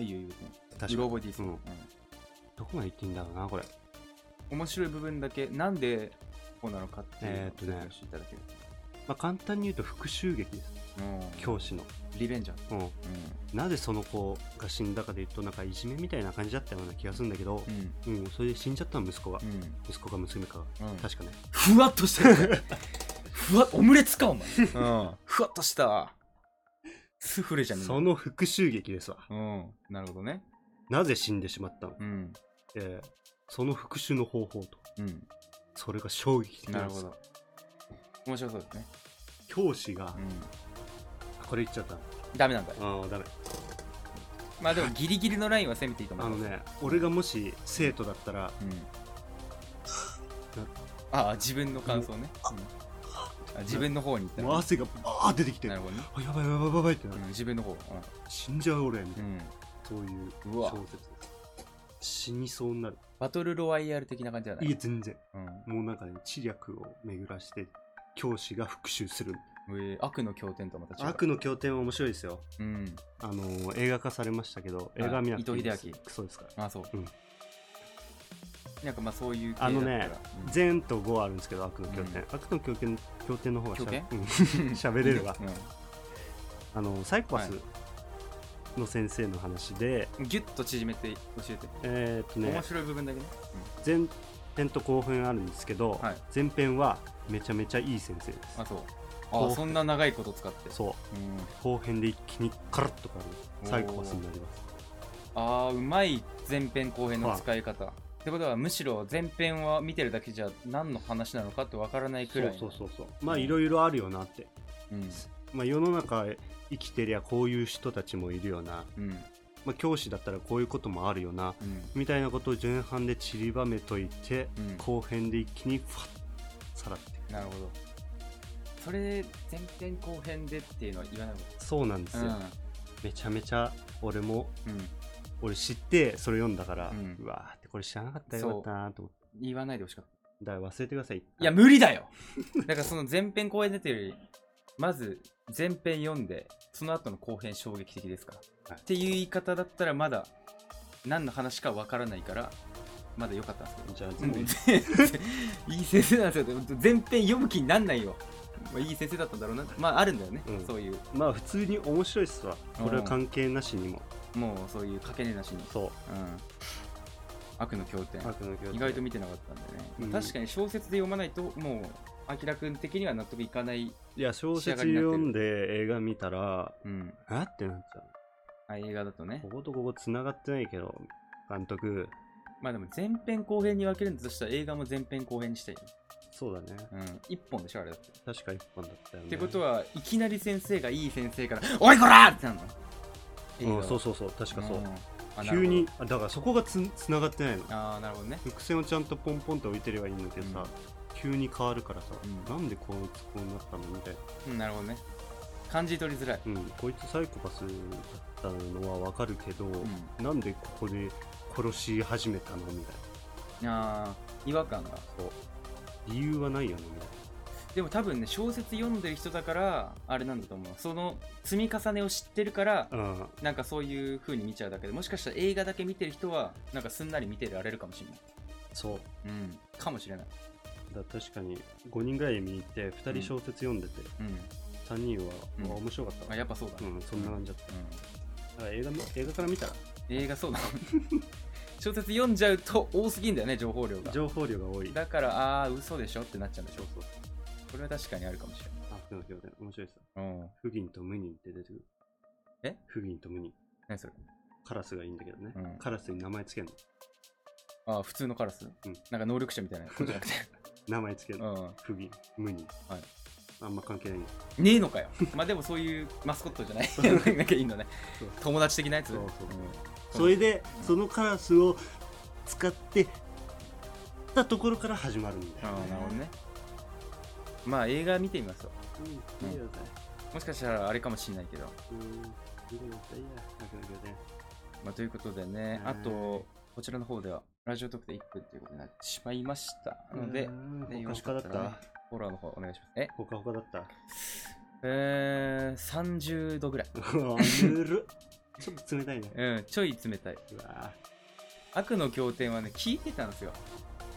Speaker 2: んいいよいいよ別に
Speaker 1: 確
Speaker 2: う
Speaker 1: か
Speaker 2: ろ
Speaker 1: に
Speaker 2: 覚えていいですよ
Speaker 1: うんどこまで言っていいんだろうなこれ
Speaker 2: うん面白い部分だけなんでこうなのかっていうのを
Speaker 1: えーっとね
Speaker 2: 教えていただける
Speaker 1: まあ、簡単に言うと復讐劇です
Speaker 2: うん
Speaker 1: 教師の、
Speaker 2: リベンジャー
Speaker 1: うん、なぜその子が死んだかで言うとなんかいじめみたいな感じだったような気がするんだけど
Speaker 2: う、んうん
Speaker 1: うんそれで死んじゃったの息子が、
Speaker 2: うん
Speaker 1: 息子か娘かが、
Speaker 2: うん
Speaker 1: 確かね
Speaker 2: ふわっとしてる
Speaker 1: [laughs]
Speaker 2: ねふわオムレツかお前うんふわっとしたスフレじゃんみんな
Speaker 1: その復讐劇ですわ
Speaker 2: うんなるほどね
Speaker 1: なぜ死んでしまったの、
Speaker 2: うん
Speaker 1: えーその復讐の方法と
Speaker 2: うん
Speaker 1: それが衝撃的
Speaker 2: な
Speaker 1: な
Speaker 2: る
Speaker 1: んで
Speaker 2: ほ
Speaker 1: す
Speaker 2: ど面白そうですね
Speaker 1: 教師が
Speaker 2: う、ん
Speaker 1: これ言っちゃった
Speaker 2: ダメなんだ
Speaker 1: ああダメ
Speaker 2: ま
Speaker 1: [laughs]
Speaker 2: あでもギリギリのラインは攻めていいと思
Speaker 1: あ
Speaker 2: う
Speaker 1: のね俺がもし生徒だったら
Speaker 2: うんああ自分の感想ね、うんあ自分の方に行った
Speaker 1: もう
Speaker 2: ら
Speaker 1: 汗がバーって出てきて
Speaker 2: な
Speaker 1: あ
Speaker 2: るほどね、
Speaker 1: やばいやばいやばいやばいってな
Speaker 2: う
Speaker 1: る
Speaker 2: ん、自分の方、
Speaker 1: 死んじゃう俺み
Speaker 2: う
Speaker 1: たい
Speaker 2: ん
Speaker 1: な
Speaker 2: うん、
Speaker 1: そういう
Speaker 2: うわ
Speaker 1: 小説死にそうになる
Speaker 2: バトルロワイヤル的な感じじゃない
Speaker 1: いや全然
Speaker 2: うん
Speaker 1: もうなんかね知略を巡らして教師が復讐する
Speaker 2: えー悪の経典とまた違う
Speaker 1: 悪の経典は面白いですよ
Speaker 2: うん
Speaker 1: あのー映画化されましたけど
Speaker 2: い
Speaker 1: 映画見なくていいです
Speaker 2: 伊藤英明
Speaker 1: クソですから
Speaker 2: ああそう、
Speaker 1: うん
Speaker 2: なんかまあそういう系
Speaker 1: あのね
Speaker 2: だったらうん
Speaker 1: 善と5あるんですけど悪の経典、
Speaker 2: う
Speaker 1: 悪の経典経典の方がしゃ
Speaker 2: 経
Speaker 1: う
Speaker 2: 典
Speaker 1: ん喋れるわあのサイコパスの先生の話で、
Speaker 2: うん、ギュッと縮めて教えて、
Speaker 1: えーっとね
Speaker 2: 面白い部分だけね、
Speaker 1: 前編と後編あるんですけど、
Speaker 2: はい
Speaker 1: 前編はめちゃめちゃいい先生で
Speaker 2: うん、あ
Speaker 1: す
Speaker 2: そう
Speaker 1: こ
Speaker 2: あ
Speaker 1: う
Speaker 2: そんな長いこと使って
Speaker 1: そう
Speaker 2: う、ん、
Speaker 1: 後編で一気にカラッと変わ
Speaker 2: お
Speaker 1: る
Speaker 2: ー
Speaker 1: サイコパスになります
Speaker 2: あーうまい前編後編の使い方、ってことはむしろ前編は見てるだけじゃ何の話なのかってわからないく
Speaker 1: そ
Speaker 2: らいうの
Speaker 1: そうそうそうまあいろいろあるよなって、
Speaker 2: うん
Speaker 1: まあ、世の中生きてりゃこういう人たちもいるよな、
Speaker 2: うん
Speaker 1: まあ、教師だったらこういうこともあるよな
Speaker 2: うん
Speaker 1: みたいなことを前半で散りばめといて、
Speaker 2: うん
Speaker 1: 後編で一気にファッさらって
Speaker 2: なるほどそれ前編後編でっていうのは言わない
Speaker 1: そうなんですよ、
Speaker 2: もん
Speaker 1: めちゃめちゃ俺も
Speaker 2: うん、うん、
Speaker 1: 俺知ってそれ読んだから、
Speaker 2: う
Speaker 1: うんわーってこれ知らなかったら
Speaker 2: そう
Speaker 1: よかったなと思って
Speaker 2: 言わないでほしかった
Speaker 1: だから忘れてください
Speaker 2: いや、無理だ [laughs] よだからその前編後編出てるより、まず前編読んで、その後の後編衝撃的ですから。
Speaker 1: はい
Speaker 2: っていう言い方だったらまだ何の話かわからないから、まだ良かったんですけど。
Speaker 1: じゃあ、
Speaker 2: うん全然いい先生なんですよ。前編読む気になんないよ。まあ、いい先生だったんだろうな。まああるんだよね。
Speaker 1: うん
Speaker 2: そういう、
Speaker 1: まあ普通に面白いっすわこれは関係なしにも、
Speaker 2: もうそういうかけねなしに。
Speaker 1: そう
Speaker 2: うん。悪の経典。
Speaker 1: 悪の教
Speaker 2: 意外と見てなかったんでね。
Speaker 1: うん
Speaker 2: まあ確かに小説で読まないと、もう、あきらくん的には納得いかない。
Speaker 1: いや小説読んで映画見たら
Speaker 2: うん。
Speaker 1: あってなっちゃ
Speaker 2: あ映画だとね
Speaker 1: うこ。ことここ繋がってないけど監督
Speaker 2: まあでも前編後編に分けるんだとしたら映画も前編後編にしたいよ。
Speaker 1: そうだね
Speaker 2: うん。一本でしょ、あれだって。
Speaker 1: 確か一本だったよね
Speaker 2: ってことはいきなり先生がいい先生から、おいこらってなるの。
Speaker 1: うん、そう
Speaker 2: そ
Speaker 1: そうそう確かそう、
Speaker 2: あ
Speaker 1: 急に。あだからそこがつ繋がってないの
Speaker 2: なるほどあー、なるほどね。
Speaker 1: 伏線をちゃんとポンポンと置いてればいいんだけどさ、
Speaker 2: うん
Speaker 1: 急に変わるからさ、
Speaker 2: うん
Speaker 1: なんでこうこうなったのみたいな、
Speaker 2: うん、なるほどね。感じ取りづらい。
Speaker 1: うん、こいつサイコパスだったのはわかるけど、
Speaker 2: うん。
Speaker 1: なんでここで殺し始めたのみたいな
Speaker 2: あー違和感が。
Speaker 1: そう理由はないよねみたい
Speaker 2: でも多分ね、小説読んでる人だから、あれなんだと思う。その積み重ねを知ってるから、
Speaker 1: なうん
Speaker 2: なんかそういう風に見ちゃうだけで、もしかしたら映画だけ見てる人は、なんかすんなり見てられるかもしれない。
Speaker 1: そう
Speaker 2: うん。かもしれない。
Speaker 1: だから確かに5人ぐらい見に行って2人小説読んでて、
Speaker 2: うん。
Speaker 1: 3人は、
Speaker 2: うん
Speaker 1: うわ面白かった
Speaker 2: あ
Speaker 1: わ
Speaker 2: やっぱそうだ、
Speaker 1: うんそんな感じだっ
Speaker 2: う
Speaker 1: ただから映画の映画から見たら
Speaker 2: ん映画そうだ [laughs] 小説読んじゃうと多すぎんだよね情報量が
Speaker 1: 情報量が多い
Speaker 2: だからあー嘘でしょってなっちゃうんでしょ
Speaker 1: そう
Speaker 2: これは確かにあるかもし
Speaker 1: あでもでもでも面白いです
Speaker 2: れないうん
Speaker 1: フギンとムニンって出てくる
Speaker 2: え
Speaker 1: フギンとムニン
Speaker 2: 何それ
Speaker 1: カラスがいいんだけどね、
Speaker 2: うん
Speaker 1: カラスに名前つけるの
Speaker 2: あー普通のカラス、
Speaker 1: ん
Speaker 2: なんか能力
Speaker 1: [laughs]
Speaker 2: 者みたいなことじゃなくて
Speaker 1: 名前つける
Speaker 2: う
Speaker 1: の、
Speaker 2: ん
Speaker 1: フギンムニン、
Speaker 2: はい
Speaker 1: あんま関係ないんです
Speaker 2: ねえのかよまあでもそういうマスコットじゃないなんかいいのね
Speaker 1: そう
Speaker 2: 友達的なやつ
Speaker 1: そうそうんそれでそのカラスを使ってたところから始まるんだ
Speaker 2: あ
Speaker 1: よ、
Speaker 2: ーなるほどねまあ映画見てみますよ
Speaker 1: うん、いいよね、
Speaker 2: もしかしたらあれかもしれないけど
Speaker 1: うん、いいよねいいよ悪の経典
Speaker 2: まあ、ということでね、
Speaker 1: は
Speaker 2: あ
Speaker 1: い
Speaker 2: と、こちらの方では、ラジオ特典1分ということになってしまいましたので、ね
Speaker 1: ほかほかだっ
Speaker 2: よろしかったらね
Speaker 1: た
Speaker 2: フォローの方お願いします。え
Speaker 1: ほかほかだった
Speaker 2: えー、30度ぐらい。
Speaker 1: うわぬるっちょっと冷たいね
Speaker 2: うん、ちょい冷たい。
Speaker 1: うわ
Speaker 2: 悪の経典はね、聞いてたんですよ。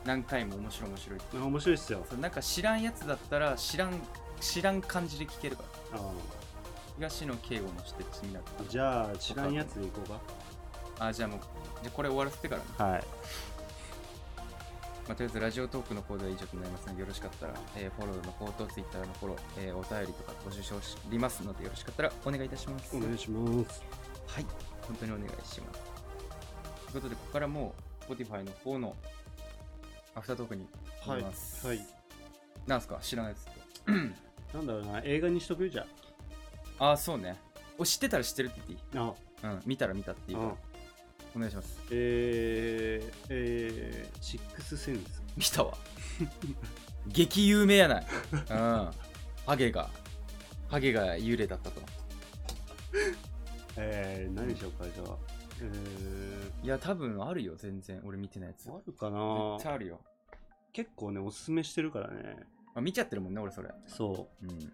Speaker 2: 何回も面白い面白いって。
Speaker 1: ぁ面白いっすよ
Speaker 2: そうなんか知らんやつだったら、知らん、知らん感じで聞けるから。
Speaker 1: あ
Speaker 2: 東野敬吾のしてちみな
Speaker 1: ーじゃあ知らんやつでいこう
Speaker 2: あ、じゃあもう、じゃあこれ終わらせてからね。
Speaker 1: かはい
Speaker 2: まあ、とりあえずラジオトークの方では以上となりますので、よろしかったら、えーフォローの方とツイッターのフォロー、えーお便りとか募集しておりますので、よろしかったらお願いいたします。
Speaker 1: お願いします
Speaker 2: はい、本当にお願いします。ということで、ここからもう Spotify の方のアフタートークに行きます。
Speaker 1: はいはい
Speaker 2: なんすか知らないですけど。
Speaker 1: なんだろうな映画にしとくじゃん
Speaker 2: ああ、そうね。お知ってたら知ってるって言っていい
Speaker 1: あ
Speaker 2: うん、見たら見たっていううから
Speaker 1: ん
Speaker 2: お願いします
Speaker 1: えー、えー、シックスセンス。
Speaker 2: 見たわ [laughs] 激有名やないうんハゲがハゲが幽霊だったと
Speaker 1: えー、何でしょうか、じゃあ。え
Speaker 2: いや多分あるよ全然俺見てないやつ
Speaker 1: ー、
Speaker 2: 絶
Speaker 1: あるかな
Speaker 2: 対あるよ、
Speaker 1: 結構ね、おすすめしてるからね。
Speaker 2: まあ、見ちゃってるもんね俺それ
Speaker 1: そう。
Speaker 2: うん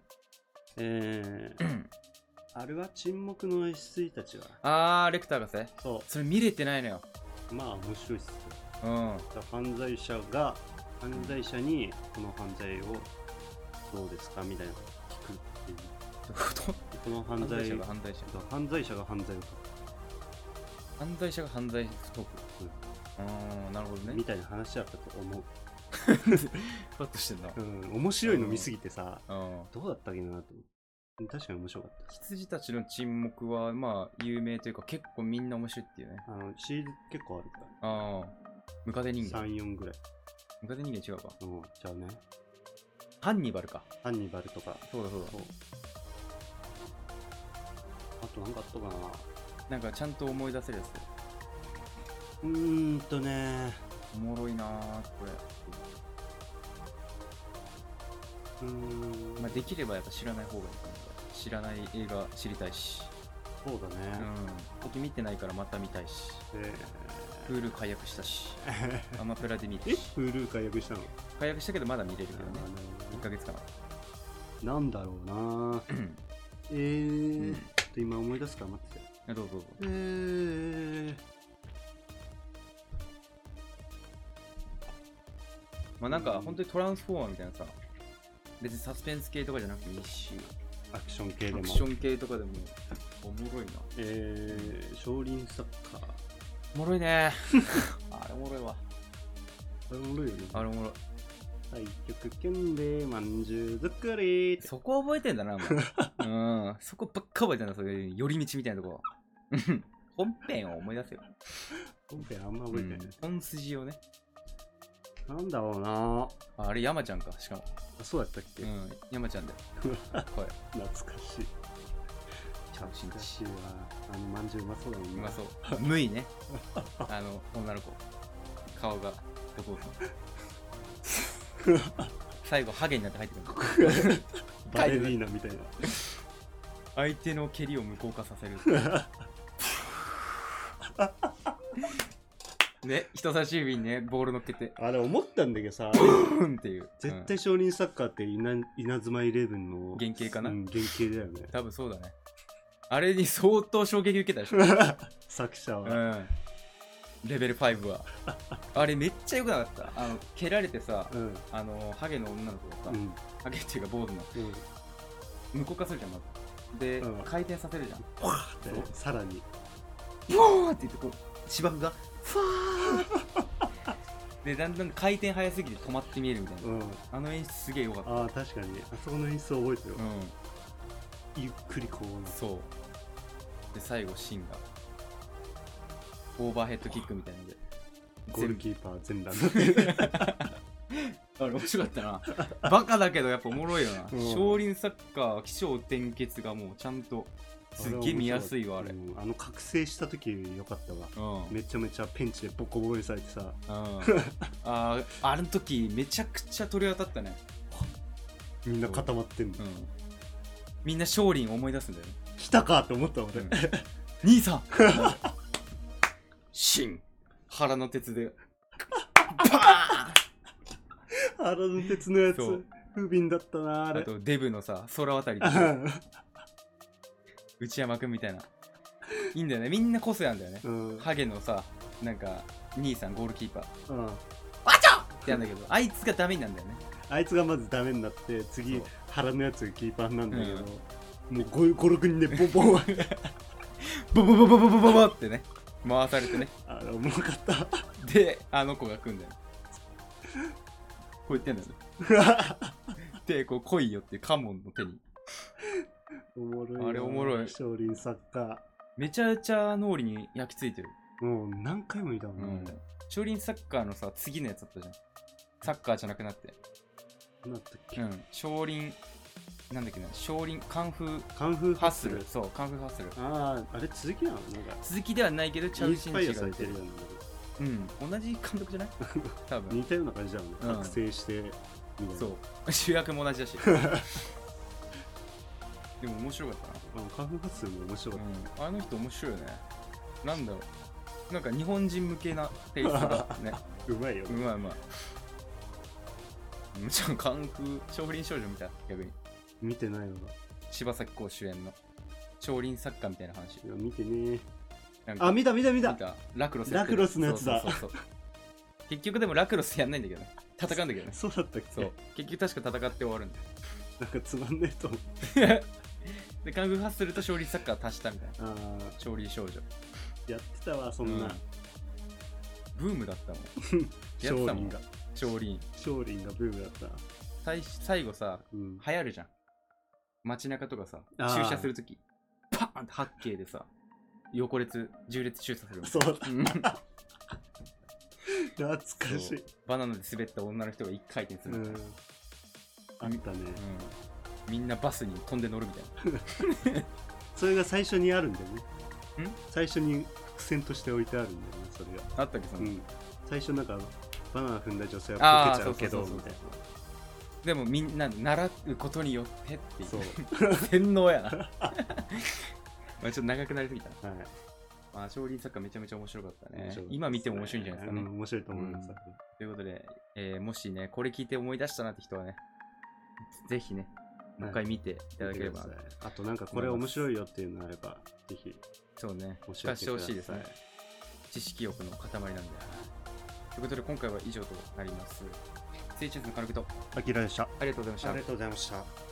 Speaker 1: えー、あれは沈黙の S3 たちは。
Speaker 2: [clears throat] あーレクターがさ
Speaker 1: そ
Speaker 2: それ見れてないのよ
Speaker 1: う。まあ、面白いっすよ。
Speaker 2: うん
Speaker 1: だから犯罪者が、犯罪者に、この犯罪をどうですかみたいなのを聞くっていう。
Speaker 2: どういうこと
Speaker 1: この犯
Speaker 2: 犯罪
Speaker 1: 罪
Speaker 2: 者が犯罪者
Speaker 1: 犯罪者が犯罪を犯
Speaker 2: 犯罪者が犯罪トーク
Speaker 1: う
Speaker 2: うんなるほど
Speaker 1: す
Speaker 2: ね
Speaker 1: みたいな話だったと思う。
Speaker 2: ふわっとしてんな
Speaker 1: うん、面白いの見すぎてさ、
Speaker 2: うん
Speaker 1: どうだったっけなと思って。確かに面白かっ
Speaker 2: 羊たちの沈黙はまあ有名というか結構みんな面白いっていうね
Speaker 1: た。あの、シリーズ結構あるから。
Speaker 2: ああムカデ人間
Speaker 1: 3、4ぐらい。
Speaker 2: ムカデ人間違うか
Speaker 1: うん、じゃあね。
Speaker 2: ハンニバルか
Speaker 1: ハンニバルとか。
Speaker 2: そうだそうだ
Speaker 1: そう。あとなんかあったかな
Speaker 2: なんかちゃんと思い出せるやつだよ
Speaker 1: うーんとね、
Speaker 2: おもろいなーこれ、
Speaker 1: うーん、
Speaker 2: まあ、できればやっぱ知らない方がいいと思う知らない映画知りたいし
Speaker 1: そうだ
Speaker 2: うん
Speaker 1: ね。
Speaker 2: 僕見てないからまた見たいし
Speaker 1: え
Speaker 2: プール解約した [laughs] し
Speaker 1: ー
Speaker 2: アマプラで見
Speaker 1: え
Speaker 2: て、
Speaker 1: フル解約したの
Speaker 2: 解約したけどまだ見れるけどね1
Speaker 1: あ
Speaker 2: ヶ月間は
Speaker 1: のなんだろうなえー、
Speaker 2: うん
Speaker 1: ちょっと今思い出すから待ってて。
Speaker 2: どうぞどうぞ
Speaker 1: えー、
Speaker 2: まあなんか
Speaker 1: うん
Speaker 2: 本当にトランスフォーマーみたいなさ別にサスペンス系とかじゃなくていいし
Speaker 1: アクション系で
Speaker 2: ア
Speaker 1: も
Speaker 2: ク。ション系とかでもおもろいな
Speaker 1: えー、少林サッカー。
Speaker 2: おもろいね [laughs] あれおもろいわ
Speaker 1: あれおもろいよね。
Speaker 2: あれおもろい
Speaker 1: 対極拳でまんじゅう作りって。
Speaker 2: そこ覚えてんだなお [laughs] 前うんそこばっか覚えてんだそれ寄り道みたいな [laughs] とこうん本編を思い出せよ、
Speaker 1: 本編あんま
Speaker 2: う
Speaker 1: 覚えてない
Speaker 2: ん。、本筋をね
Speaker 1: なんだろうな
Speaker 2: ああれ山ちゃんかしかも、
Speaker 1: あそうやったっけ、 [laughs]
Speaker 2: うん、山ちゃんだよこれ
Speaker 1: 懐かしい。懐かしいわ。あのまんじゅううまそうだもん
Speaker 2: う
Speaker 1: な
Speaker 2: ま [laughs] そうむいねあの女の子顔がお [laughs] 父さん最後ハゲになって入ってくる
Speaker 1: [laughs] バレリーナみたいな。
Speaker 2: 相手の蹴りを無効化させる [laughs] ね人差し指にねボール乗っけて [laughs]
Speaker 1: あれ思ったんだけどさ、
Speaker 2: ブンっていう
Speaker 1: 絶対少林サッカーって稲稲妻イレブンの
Speaker 2: 原型かな
Speaker 1: うん、原型だよね
Speaker 2: うん。多分そうだねあれに相当衝撃受けたでしょ、 [laughs]
Speaker 1: 作者
Speaker 2: う
Speaker 1: は。
Speaker 2: ん、レベル5はあれめっちゃ良くなかったあの蹴られてさ
Speaker 1: うん。
Speaker 2: あのハゲの女の子がさ、
Speaker 1: うん。
Speaker 2: ハゲっていうか坊主の
Speaker 1: うん。
Speaker 2: 無効化するじゃんまずで、
Speaker 1: うん
Speaker 2: 回転させるじゃん
Speaker 1: で
Speaker 2: そう
Speaker 1: さらに。
Speaker 2: ボーンって言ってこう芝生がファー
Speaker 1: [laughs]
Speaker 2: ッでだんだん回転速すぎて止まって見えるみたいな、
Speaker 1: うん。
Speaker 2: あの演出すげえ良かった
Speaker 1: ああ、確かに。あそこの演出覚えてる
Speaker 2: う
Speaker 1: わ。
Speaker 2: ん
Speaker 1: ゆっくりこうなって。
Speaker 2: そうで最後シンがオーバーヘッドキックみたいなので
Speaker 1: ゴール
Speaker 2: 全
Speaker 1: キーパー全裸になって。
Speaker 2: 部あれ面白かったなバカだけどやっぱおもろいよな、
Speaker 1: うん
Speaker 2: 少林サッカー起承転結がもうちゃんとすっげえ見やすいわあれうん、
Speaker 1: うんあの覚醒した時よかったわ。めちゃめちゃペンチでボコボコにされてさ、
Speaker 2: ああーあの時めちゃくちゃ鳥当たったね、
Speaker 1: みんな固まってんの
Speaker 2: う。ん、みんな少林を思い出すんだよね
Speaker 1: 来たかと思った俺。
Speaker 2: うん兄さんシン腹の鉄でバ
Speaker 1: [laughs] 腹の鉄のやつ
Speaker 2: そう。
Speaker 1: 不憫だったな、あ
Speaker 2: ーン
Speaker 1: れ
Speaker 2: あ。とデブのさ空渡りと
Speaker 1: う
Speaker 2: か
Speaker 1: ん
Speaker 2: 内山くんみたいないいんだよねみんな個性あんだよね
Speaker 1: [laughs] うん。うん。
Speaker 2: ハゲのさなんか兄さんゴールキーパーっ
Speaker 1: あちゃ
Speaker 2: てやんだけどあいつがダメになんだよね
Speaker 1: あいつがまずダメになって、次
Speaker 2: そう、
Speaker 1: 腹のやつがキーパーなんだけど
Speaker 2: う、
Speaker 1: もう5、6人でボンボン。 [laughs]
Speaker 2: ボボボボボボボボってね回されてね
Speaker 1: あれ、おもろかった。 [laughs]
Speaker 2: であの子が来んだよこう言ってんだよねでこう来いよっていうカモンの手に
Speaker 1: おもろいな。
Speaker 2: あれおもろい
Speaker 1: 少林サッカ
Speaker 2: めちゃめちゃ脳裏に焼き付いてる
Speaker 1: ー。もう何回も見たもんね。
Speaker 2: 少林サッカーのさ次のやつだったじゃんサッカーじゃなくなって、
Speaker 1: なんだったっけ
Speaker 2: うん、少林なんだっけな少林カンフー
Speaker 1: カンフー
Speaker 2: ハッスルそうカンフーハッスル
Speaker 1: あああれ続きなのなんか
Speaker 2: 続きではないけどチャ
Speaker 1: イ
Speaker 2: ウ
Speaker 1: ン
Speaker 2: シ
Speaker 1: ス
Speaker 2: ン
Speaker 1: パイ
Speaker 2: チ
Speaker 1: ア
Speaker 2: が
Speaker 1: さ
Speaker 2: 出
Speaker 1: れ
Speaker 2: て
Speaker 1: て
Speaker 2: る
Speaker 1: るよね
Speaker 2: うん同じ監督じ [laughs] ゃない多分
Speaker 1: 似たような感じだもんね、
Speaker 2: うん
Speaker 1: 覚醒してみたいな
Speaker 2: そう [laughs] 主役も同じだしでも面白かった
Speaker 1: あ
Speaker 2: な
Speaker 1: のカンフーハッスルも面白かっ
Speaker 2: うん、あの人面白いよねなんだろうなんか日本人向けなテイストだ [laughs] ね
Speaker 1: た、うまいよ
Speaker 2: う
Speaker 1: ね、
Speaker 2: まいうまいもちろん関空少林少女みたいな逆に
Speaker 1: 見てないのが
Speaker 2: 柴咲コウ主演の少林作家みたいな話
Speaker 1: いや見てね
Speaker 2: なんか
Speaker 1: あ見た見た見
Speaker 2: 見
Speaker 1: た
Speaker 2: ラクロスやって
Speaker 1: ラク
Speaker 2: る
Speaker 1: ロスのやつだ
Speaker 2: そうそうそうそう結局でもラクロスやんないんだけどね戦うんだけどね
Speaker 1: そうだったっけ
Speaker 2: そう結局確か戦って終わるんだよ
Speaker 1: なんかつまんねえと思う
Speaker 2: で関空ハッスルと少林作家を足したみたいな
Speaker 1: あ
Speaker 2: 少林少女
Speaker 1: ーやってたわそんな、
Speaker 2: うんブームだったもんやって
Speaker 1: 少
Speaker 2: たも
Speaker 1: 林
Speaker 2: ん
Speaker 1: が
Speaker 2: 少林
Speaker 1: 少林がブームだった、
Speaker 2: 最最後さ
Speaker 1: うん、
Speaker 2: 流行るじゃん街中とかさ
Speaker 1: あー
Speaker 2: 駐車するときパーンって八景でさ横列縦列駐車するの
Speaker 1: そうだ
Speaker 2: うん
Speaker 1: 懐かしい
Speaker 2: バナナで滑った女の人が一回転す
Speaker 1: う
Speaker 2: るみたい
Speaker 1: ん
Speaker 2: な、
Speaker 1: あったね
Speaker 2: うんみんなバスに飛んで乗るみたいな
Speaker 1: それが最初にあるんだよね
Speaker 2: ん
Speaker 1: 最初に伏線として置いてあるんだよねそれが
Speaker 2: あったっけその、
Speaker 1: うん最初なんかバナナ踏んだ女性は
Speaker 2: あ
Speaker 1: ボ
Speaker 2: あ
Speaker 1: ケちゃ
Speaker 2: そう
Speaker 1: けど
Speaker 2: うそうそうそう
Speaker 1: みたいな
Speaker 2: でもみんな習うことによってってい
Speaker 1: そう
Speaker 2: う洗脳
Speaker 1: [laughs]
Speaker 2: やなまあちょっと長くなりすぎたな、
Speaker 1: はい
Speaker 2: まあ、少林作家めちゃめちゃ面白かったね
Speaker 1: 面白かった
Speaker 2: 今見ても面白いんじゃないですかね、
Speaker 1: うん面白いと思います
Speaker 2: うんということで、えーもしね、これ聞いて思い出したなって人はね、ぜひね、もう一回見ていただければ、
Speaker 1: 見てくださいあとなんかこれ面白いよっていうのあればぜひ
Speaker 2: そうね、
Speaker 1: 教えてくだ
Speaker 2: 聞
Speaker 1: さい
Speaker 2: かせてほしいですね。知識欲の塊なんで。ということで、今回は以上となります。スイッチャーズの軽くと、
Speaker 1: あきらでしたあ
Speaker 2: ありがとうございました
Speaker 1: りが。とうございました